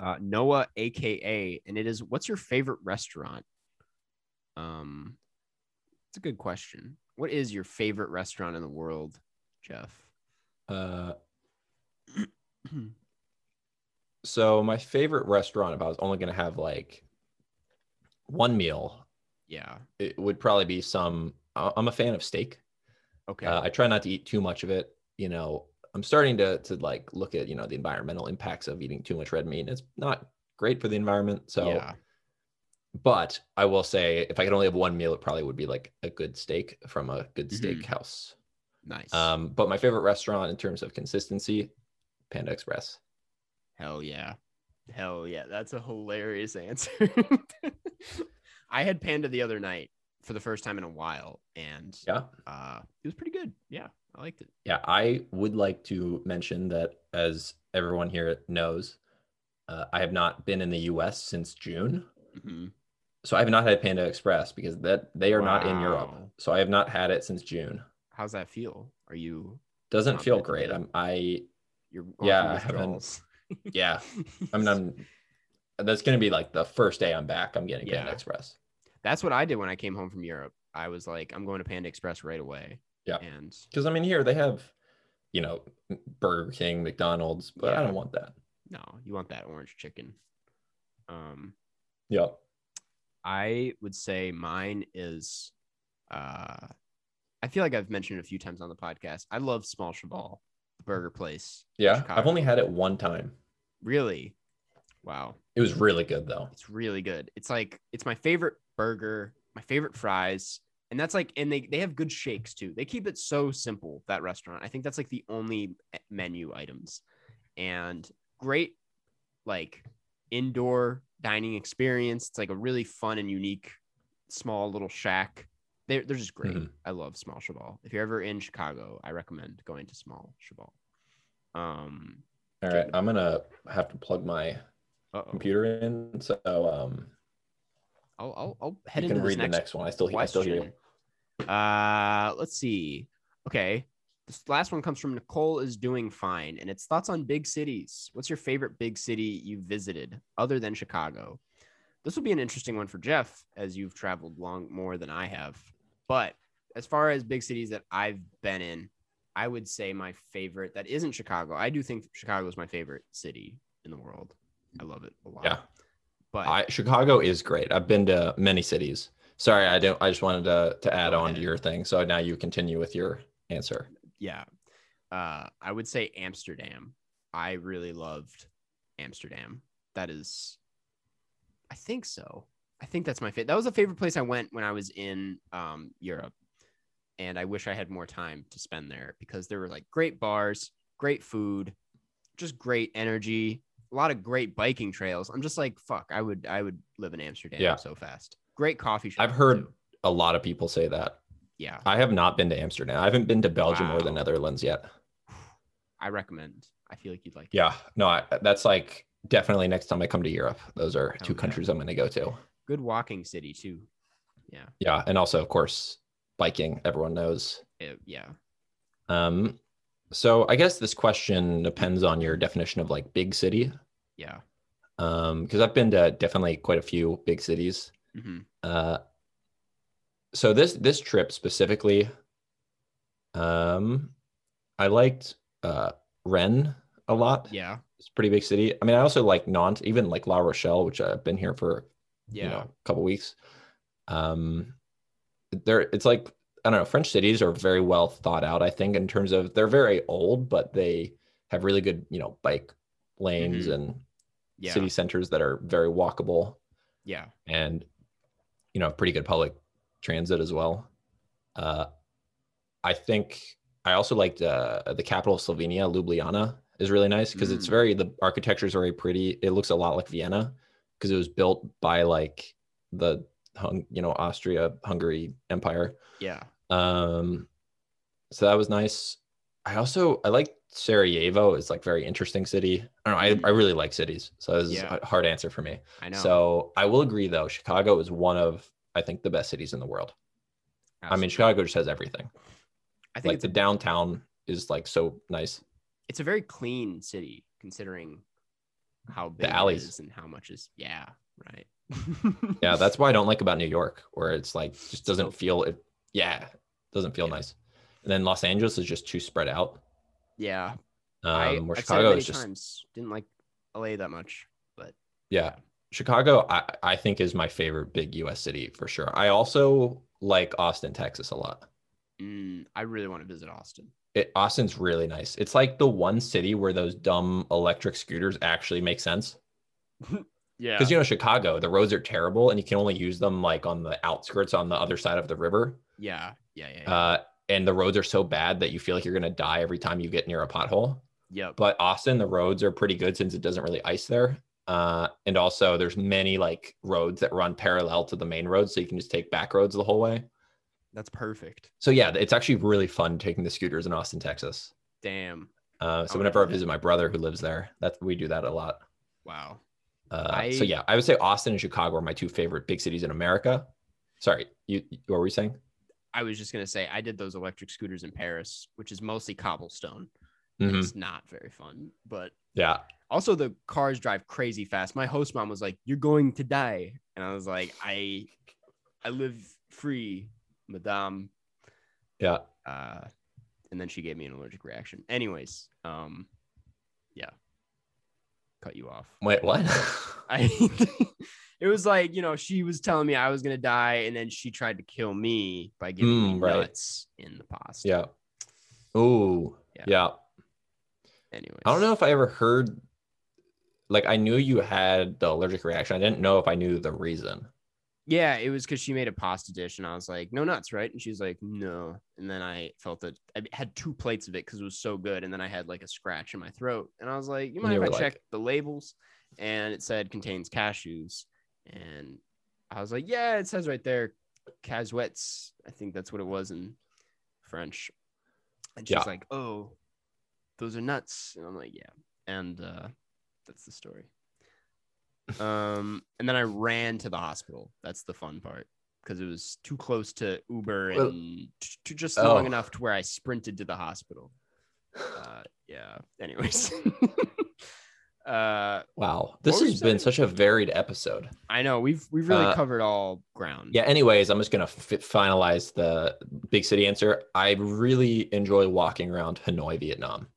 S1: uh, Noah, aka, and it is, "What's your favorite restaurant?" Um, it's a good question. What is your favorite restaurant in the world, Jeff?
S2: Uh, so my favorite restaurant, if I was only gonna have like one meal,
S1: yeah.
S2: it would probably be some. I- I'm a fan of steak.
S1: Okay.
S2: Uh, I try not to eat too much of it. You know, I'm starting to to like look at you know the environmental impacts of eating too much red meat. It's not great for the environment. So,
S1: yeah.
S2: but I will say, if I could only have one meal, it probably would be like a good steak from a good
S1: Mhm.
S2: steakhouse.
S1: Nice.
S2: Um, but my favorite restaurant in terms of consistency, Panda Express.
S1: Hell yeah. Hell yeah. That's a hilarious answer. I had Panda the other night for the first time in a while, and
S2: Yeah.
S1: uh, it was pretty good. Yeah, I liked it.
S2: Yeah, I would like to mention that as everyone here knows, uh, I have not been in the U.S. since June,
S1: Mhm.
S2: so I have not had Panda Express because that they are not in Europe.
S1: Wow.
S2: So I have not had it since June.
S1: How's that feel? Are you
S2: Doesn't
S1: Not
S2: feel
S1: bad.
S2: great. I'm I
S1: you're going
S2: Yeah, I
S1: through
S2: haven't-
S1: withdrawals?
S2: yeah. I mean I'm that's gonna be like the first day I'm back. I'm getting Panda
S1: Yeah.
S2: Express.
S1: That's what I did when I came home from Europe. I was like, I'm going to Panda Express right away.
S2: Yeah.
S1: And
S2: Because I mean here they have, you know, Burger King, McDonald's, but I
S1: Yeah.
S2: don't want that.
S1: no, you want that orange chicken. Um,
S2: Yeah.
S1: I would say mine is uh I feel like I've mentioned it a few times on the podcast. I love Small Cheval, the burger place. in
S2: Yeah. I've
S1: Chicago.
S2: only had it one time.
S1: really wow.
S2: It was really good though.
S1: It's really good. It's like it's my favorite burger, my favorite fries, and that's like and they they have good shakes too. They keep it so simple that restaurant. I think that's like the only e- menu items. And great like indoor dining experience. It's like a really fun and unique small little shack. They're, they're just great.
S2: Mhm.
S1: I love Small Cheval. If you're ever in Chicago, I recommend going to Small Cheval. Um,
S2: All right, I'm gonna have to plug my
S1: uh-oh.
S2: computer in, so um,
S1: I'll, I'll, I'll head
S2: you
S1: into
S2: can
S1: this
S2: read
S1: next
S2: the next one. I still, I still hear you.
S1: question. Uh, let's see. Okay. This last one comes from Nicole is doing fine, and it's thoughts on big cities. What's your favorite big city you visited other than Chicago? This will be an interesting one for Jeff, as you've traveled long more than I have. But as far as big cities that I've been in, I would say my favorite that isn't Chicago. I do think Chicago is my favorite city in the world. I love it a lot.
S2: Yeah,
S1: but
S2: I, Chicago is great. I've been to many cities. Sorry, I don't. I just wanted to to add
S1: Go
S2: on to
S1: ahead.
S2: your thing. So now you continue with your answer.
S1: yeah uh i would say amsterdam i really loved amsterdam that is i think so i think that's my favorite that was the favorite place i went when i was in um europe and i wish i had more time to spend there because there were like great bars great food just great energy a lot of great biking trails i'm just like fuck i would i would live in amsterdam
S2: Yeah.
S1: so fast great coffee shop
S2: I've heard- A lot of people say that.
S1: yeah
S2: I have not been to Amsterdam. I haven't been to Belgium or the
S1: Wow.
S2: Netherlands yet.
S1: i recommend i feel like you'd like it.
S2: Yeah, no, I, that's like definitely next time I come to Europe. Those are two
S1: yeah.
S2: countries I'm going to go to.
S1: good walking city too yeah
S2: Yeah, and also of course biking. Everyone knows
S1: it- yeah
S2: Um, so I guess this question depends on your definition of like big city.
S1: yeah
S2: Um, because I've been to definitely quite a few big cities.
S1: hmm
S2: Uh, so this this trip specifically, um, I liked uh Rennes a lot.
S1: yeah
S2: It's a pretty big city. I mean, I also like Nantes, even like La Rochelle, which I've been here for
S1: yeah
S2: you know a couple weeks um there it's like i don't know french cities are very well thought out i think in terms of they're very old but they have really good you know bike lanes
S1: Mhm.
S2: and
S1: yeah
S2: city centers that are very walkable
S1: yeah
S2: and you know pretty good public transit as well uh i think i also liked uh the capital of slovenia ljubljana is really nice because it's
S1: Mm.
S2: very the architecture is very pretty it looks a lot like vienna because it was built by like the hung you know austria hungary empire
S1: yeah
S2: um so that was nice i also i like sarajevo it's like very interesting city i don't
S1: Mhm.
S2: know i, I really like cities so this is
S1: Yeah.
S2: a hard answer for me
S1: i know
S2: so I will agree though, Chicago is one of I think the best cities in the world. I mean, Chicago just has everything.
S1: I think
S2: Like
S1: it's,
S2: the downtown is like so nice.
S1: it's a very clean city considering how big
S2: alleys.
S1: it is and how much is yeah right.
S2: Yeah, that's what I don't like about New York, where it's like just
S1: So-
S2: doesn't feel it. Yeah, doesn't feel
S1: Yeah.
S2: nice. And then Los Angeles is just too spread out.
S1: yeah.
S2: Um,
S1: I,
S2: where
S1: I've said it
S2: Chicago
S1: many
S2: is just
S1: times. Didn't like LA that much, but
S2: yeah. Chicago, I, I think is my favorite big U.S. city for sure. I also like Austin, Texas, a lot.
S1: mm, I really want to visit Austin.
S2: It, Austin's really nice. It's like the one city where those dumb electric scooters actually make sense.
S1: Yeah.
S2: Because you know Chicago, the roads are terrible, and you can only use them like on the outskirts, on the other side of the river.
S1: yeah. Yeah. Yeah. yeah.
S2: Uh, and the roads are so bad that you feel like you're gonna die every time you get near a pothole.
S1: yep.
S2: But Austin, the roads are pretty good since it doesn't really ice there. Uh, and also there's many like roads that run parallel to the main road, so you can just take back roads the whole way.
S1: That's perfect.
S2: So yeah, it's actually really fun taking the scooters in Austin, Texas.
S1: Damn.
S2: Uh, so
S1: Okay.
S2: whenever I visit my brother who lives there, that we do that a lot.
S1: Wow.
S2: Uh,
S1: I-
S2: so yeah, I would say Austin and Chicago are my two favorite big cities in America. Sorry, you what were we saying?
S1: I was just gonna say I did those electric scooters in Paris, which is mostly cobblestone.
S2: Mhm.
S1: It's not very fun, but
S2: Yeah,
S1: also the cars drive crazy fast. My host mom was like, "You're going to die," and I was like, "I, I live free, madame."
S2: yeah.
S1: Uh, and then she gave me an allergic reaction. Anyways, um, yeah, cut you off.
S2: Wait, what?
S1: I it was like, you know, she was telling me I was gonna die, and then she tried to kill me by giving me
S2: Mm, right.
S1: nuts in the pasta.
S2: yeah. Ooh.
S1: Yeah.
S2: Yeah.
S1: Anyways.
S2: I don't know if I ever heard. Like I knew you had the allergic reaction. I didn't know if I knew the reason.
S1: Yeah, it was because she made a pasta dish, and I was like, "No nuts, right?" And she was like, "No." And then I felt that I had two plates of it because it was so good, and then I had like a scratch in my throat, and I was like, "You
S2: And
S1: mind
S2: you
S1: if I
S2: were like-
S1: check the labels?" And it said contains cashews, and I was like, "Yeah, it says right there, casouettes." I think that's what it was in French. And she's
S2: Yeah.
S1: like, "Oh, those are nuts," and I'm like, "Yeah," and uh, that's the story. Um, and then I ran to the hospital. That's the fun part because it was too close to Uber
S2: Well-
S1: and t- to just
S2: Oh.
S1: long enough to where I sprinted to the hospital. Uh, yeah. Anyways, uh,
S2: Wow, this
S1: were you
S2: has
S1: saying?
S2: been such a varied episode.
S1: I know we've we've really
S2: Uh,
S1: covered all ground.
S2: Yeah. Anyways, I'm just gonna fi finalize the big city answer. I really enjoy walking around Hanoi, Vietnam.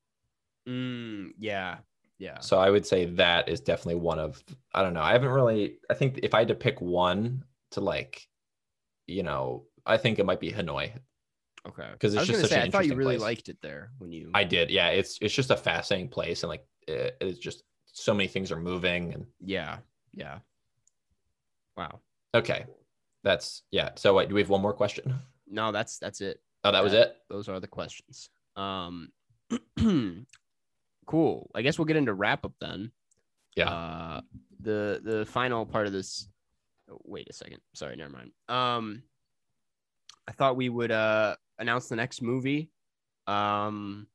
S1: Mm, yeah. Yeah.
S2: So I would say that is definitely one of I don't know. I haven't really I think if I had to pick one to like, you know, I think it might be Hanoi.
S1: Okay.
S2: 'Cause it's
S1: I was
S2: just
S1: gonna
S2: such
S1: say,
S2: an
S1: I thought you
S2: interesting
S1: really
S2: place.
S1: liked it there when you.
S2: I did. Yeah, it's it's just a fascinating place and like it, it's just so many things are moving and
S1: Yeah. Yeah. Wow.
S2: okay. That's yeah. So wait, do we have one more question?
S1: No, that's that's it.
S2: Oh, that was
S1: Yeah.
S2: it.
S1: those are the questions. Um, cool. I guess we'll get into wrap up then.
S2: Yeah.
S1: Uh, the the final part of this. oh, Wait a second. Sorry, never mind. Um, I thought we would uh announce the next movie. Um,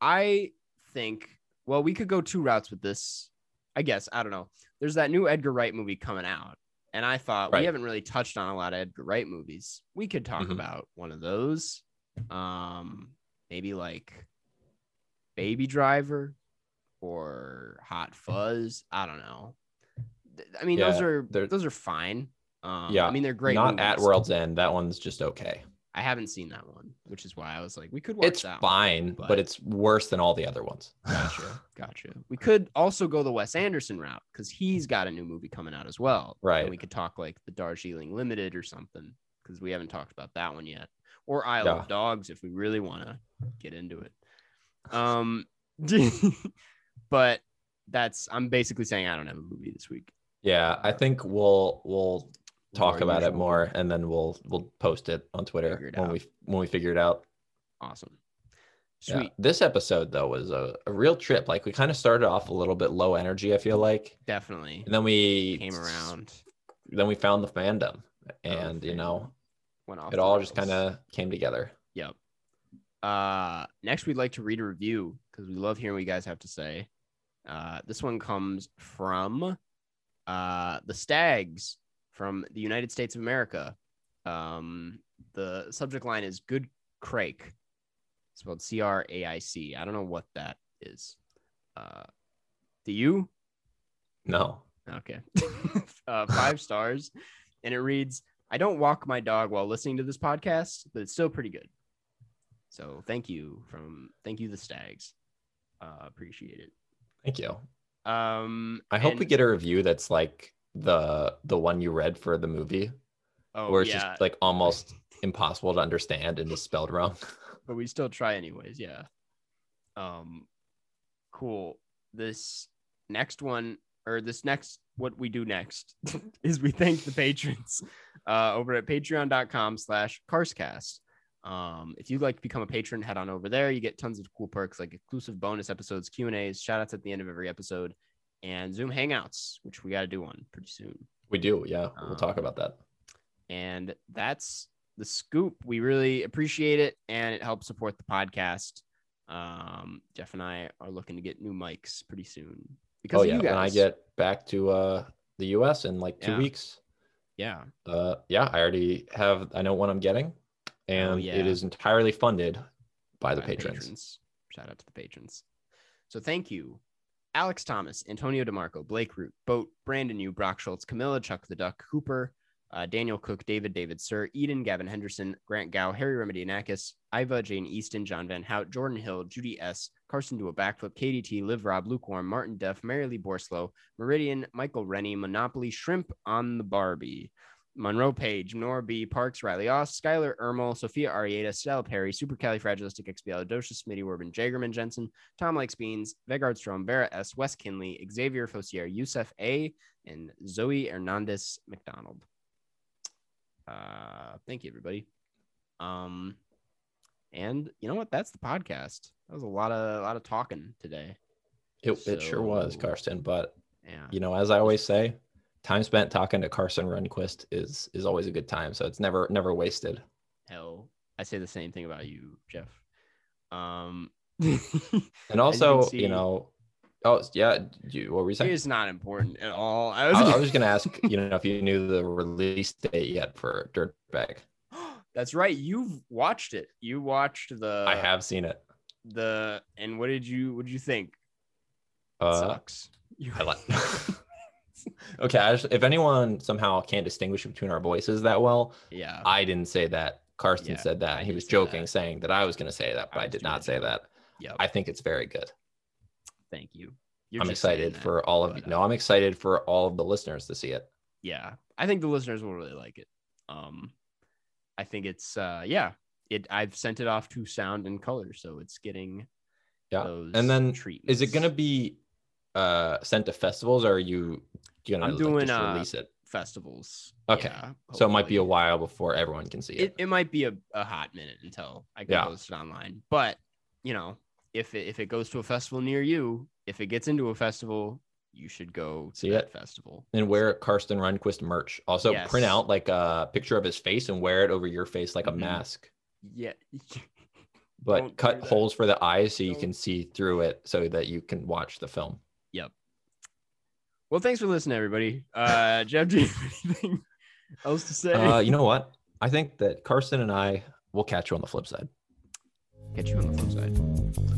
S1: I think well we could go two routes with this. I guess I don't know. There's that new Edgar Wright movie coming out, and I thought we
S2: Right.
S1: haven't really touched on a lot of Edgar Wright movies. We could talk
S2: Mhm.
S1: about one of those um maybe like baby driver or hot fuzz i don't know Th- i mean those
S2: Mm-hmm. Yeah,
S1: are
S2: they're-
S1: those are fine um
S2: Yeah,
S1: i mean they're great
S2: Not at
S1: movies.
S2: World's End. That one's just okay.
S1: i haven't seen that one which is why i was like we could watch
S2: it's
S1: that one.
S2: fine, but,
S1: but-
S2: it's worse than all the other ones.
S1: gotcha gotcha we could also go the wes anderson route because he's got a new movie coming out as well
S2: Right.
S1: and we could talk like the darjeeling limited or something because we haven't talked about that one yet or isle
S2: Yeah.
S1: of dogs if we really want to get into it um but that's i'm basically saying i don't have a movie this week
S2: Yeah, I think we'll we'll
S1: With
S2: talk
S1: our
S2: about it
S1: usual-
S2: more, and then we'll we'll post it on
S1: Figure
S2: Twitter
S1: it
S2: when
S1: out.
S2: we when we figure it out.
S1: awesome
S2: Yeah.
S1: sweet
S2: This episode though was a, a real trip. Like we kind of started off a little bit low energy, I feel like,
S1: definitely
S2: and then we
S1: came around Oh,
S2: Then we found the fandom, and you
S1: fandom.
S2: know
S1: went off
S2: it
S1: the
S2: all just
S1: rails.
S2: kind of came together.
S1: Yep. Uh, next, we'd like to read a review because we love hearing what you guys have to say. Uh, this one comes from uh, the Stags from the United States of America. Um, the subject line is "Good Crake," spelled C R A I C. I don't know what that is. Uh, do you?
S2: No.
S1: Okay. uh, five stars, and it reads, "I don't walk my dog while listening to this podcast, but it's still pretty good." So thank you from thank you the Stags, uh, appreciate it.
S2: Thank you.
S1: Um,
S2: I hope
S1: and-
S2: we get a review that's like the the one you read for the movie,
S1: Oh
S2: where it's
S1: yeah,
S2: just like almost impossible to understand and is spelled wrong.
S1: but we still try anyways. Yeah. Um, cool. This next one or this next what we do next is we thank the patrons uh, over at patreon.com slash carscast um, if you'd like to become a patron head on over there you get tons of cool perks like exclusive bonus episodes q and a's shout outs at the end of every episode and zoom hangouts which we got to do one pretty soon
S2: We do, yeah. We'll talk
S1: Um,
S2: about that.
S1: and that's the scoop. We really appreciate it, and it helps support the podcast. Um, Jeff and I are looking to get new mics pretty soon because
S2: Oh
S1: of
S2: yeah,
S1: you
S2: when
S1: guys.
S2: I get back to uh the US in like two
S1: Yeah.
S2: weeks.
S1: yeah,
S2: Uh yeah, I already have I know what I'm getting. And
S1: Oh, yeah.
S2: it is entirely funded by the
S1: by
S2: patrons.
S1: Shout out to the patrons. So thank you, Alex Thomas, Antonio DeMarco, Blake Root, Boat, Brandon U, Brock Schultz, Camilla, Chuck the Duck, Cooper, uh, Daniel Cook, David, David Sir, Eden, Gavin Henderson, Grant Gow, Harry Remedianakis, Iva, Jane Easton, John Van Hout, Jordan Hill, Judy S, Carson do a backflip, KDT, Liv Rob, Lukewarm, Martin Duff, Mary Lee Borslow, Meridian, Michael Rennie, Monopoly, Shrimp on the Barbie. Monroe Page, Nora B, Parks, Riley Oss, Skylar Ermel, Sophia Arieta, Stella Perry, Supercalifragilisticexpialidocious, Smitty Warbin, Jagerman Jensen, Tom Likes Beans, Vegard Strom, Vera S, Wes Kinley, Xavier Fossier, Yusef A, and Zoe Hernandez McDonald. Uh, thank you, everybody. Um, and you know what? That's the podcast. That was a lot of a lot of talking today.
S2: It, it sure was,
S1: So-
S2: Karsten. But
S1: Yeah,
S2: you know, as I always say, time spent talking to Carson Runquist is is always a good time. So it's never never wasted.
S1: hell, I say the same thing about you, Jeff. Um.
S2: And
S1: As you can
S2: also, you,
S1: see-
S2: know, oh yeah, you, what were you saying?
S1: It's not important at all. I was,
S2: I, I was just gonna ask, you know, if you knew the release date yet for Dirtbag.
S1: That's right. You've watched it. You watched the.
S2: I have seen it.
S1: the. And what did you? What did you think? It
S2: Uh,
S1: sucks. You,
S2: I like. okay, I just, if anyone somehow can't distinguish between our voices that well,
S1: yeah.
S2: I didn't say that. Karsten
S1: Yeah,
S2: said that.
S1: I
S2: and he
S1: did
S2: was
S1: say
S2: joking,
S1: that.
S2: saying that I was gonna say that, but
S1: I
S2: I,
S1: was
S2: did
S1: doing
S2: not say that.
S1: Yep.
S2: I think it's very good.
S1: Thank you. You're
S2: I'm
S1: just saying
S2: excited
S1: that.
S2: for all of you.
S1: but, uh,
S2: No, I'm excited for all of the listeners to see it.
S1: Yeah, I think the listeners will really like it. Um, I think it's uh, yeah. It. I've sent it off to Sound and Color, so it's getting.
S2: Yeah,
S1: Those
S2: and then
S1: treatments.
S2: Is it gonna be uh sent to festivals? Or are you gonna
S1: I'm
S2: like,
S1: doing,
S2: just
S1: uh,
S2: release it?
S1: festivals?
S2: Okay,
S1: Yeah,
S2: So it might be a
S1: hopefully.
S2: while before everyone can see it.
S1: it, it might be a, a hot minute until I can
S2: Yeah.
S1: post it online. But you know, if it, if it goes to a festival near you, if it gets into a festival, you should go to
S2: See
S1: that
S2: it?
S1: festival.
S2: and wear Karsten Runquist merch. Also,
S1: Yes.
S2: print out like a picture of his face and wear it over your face like a
S1: Mhm.
S2: mask,
S1: Yeah,
S2: but
S1: Don't do
S2: cut
S1: that.
S2: holes for the eyes so you can
S1: Don't.
S2: see through it so that you can watch the film.
S1: Well, thanks for listening, everybody. Uh, Jeff, do you have anything else to say?
S2: Uh, you know what? I think that Karsten and I will catch you on the flip side.
S1: Catch you on the flip side.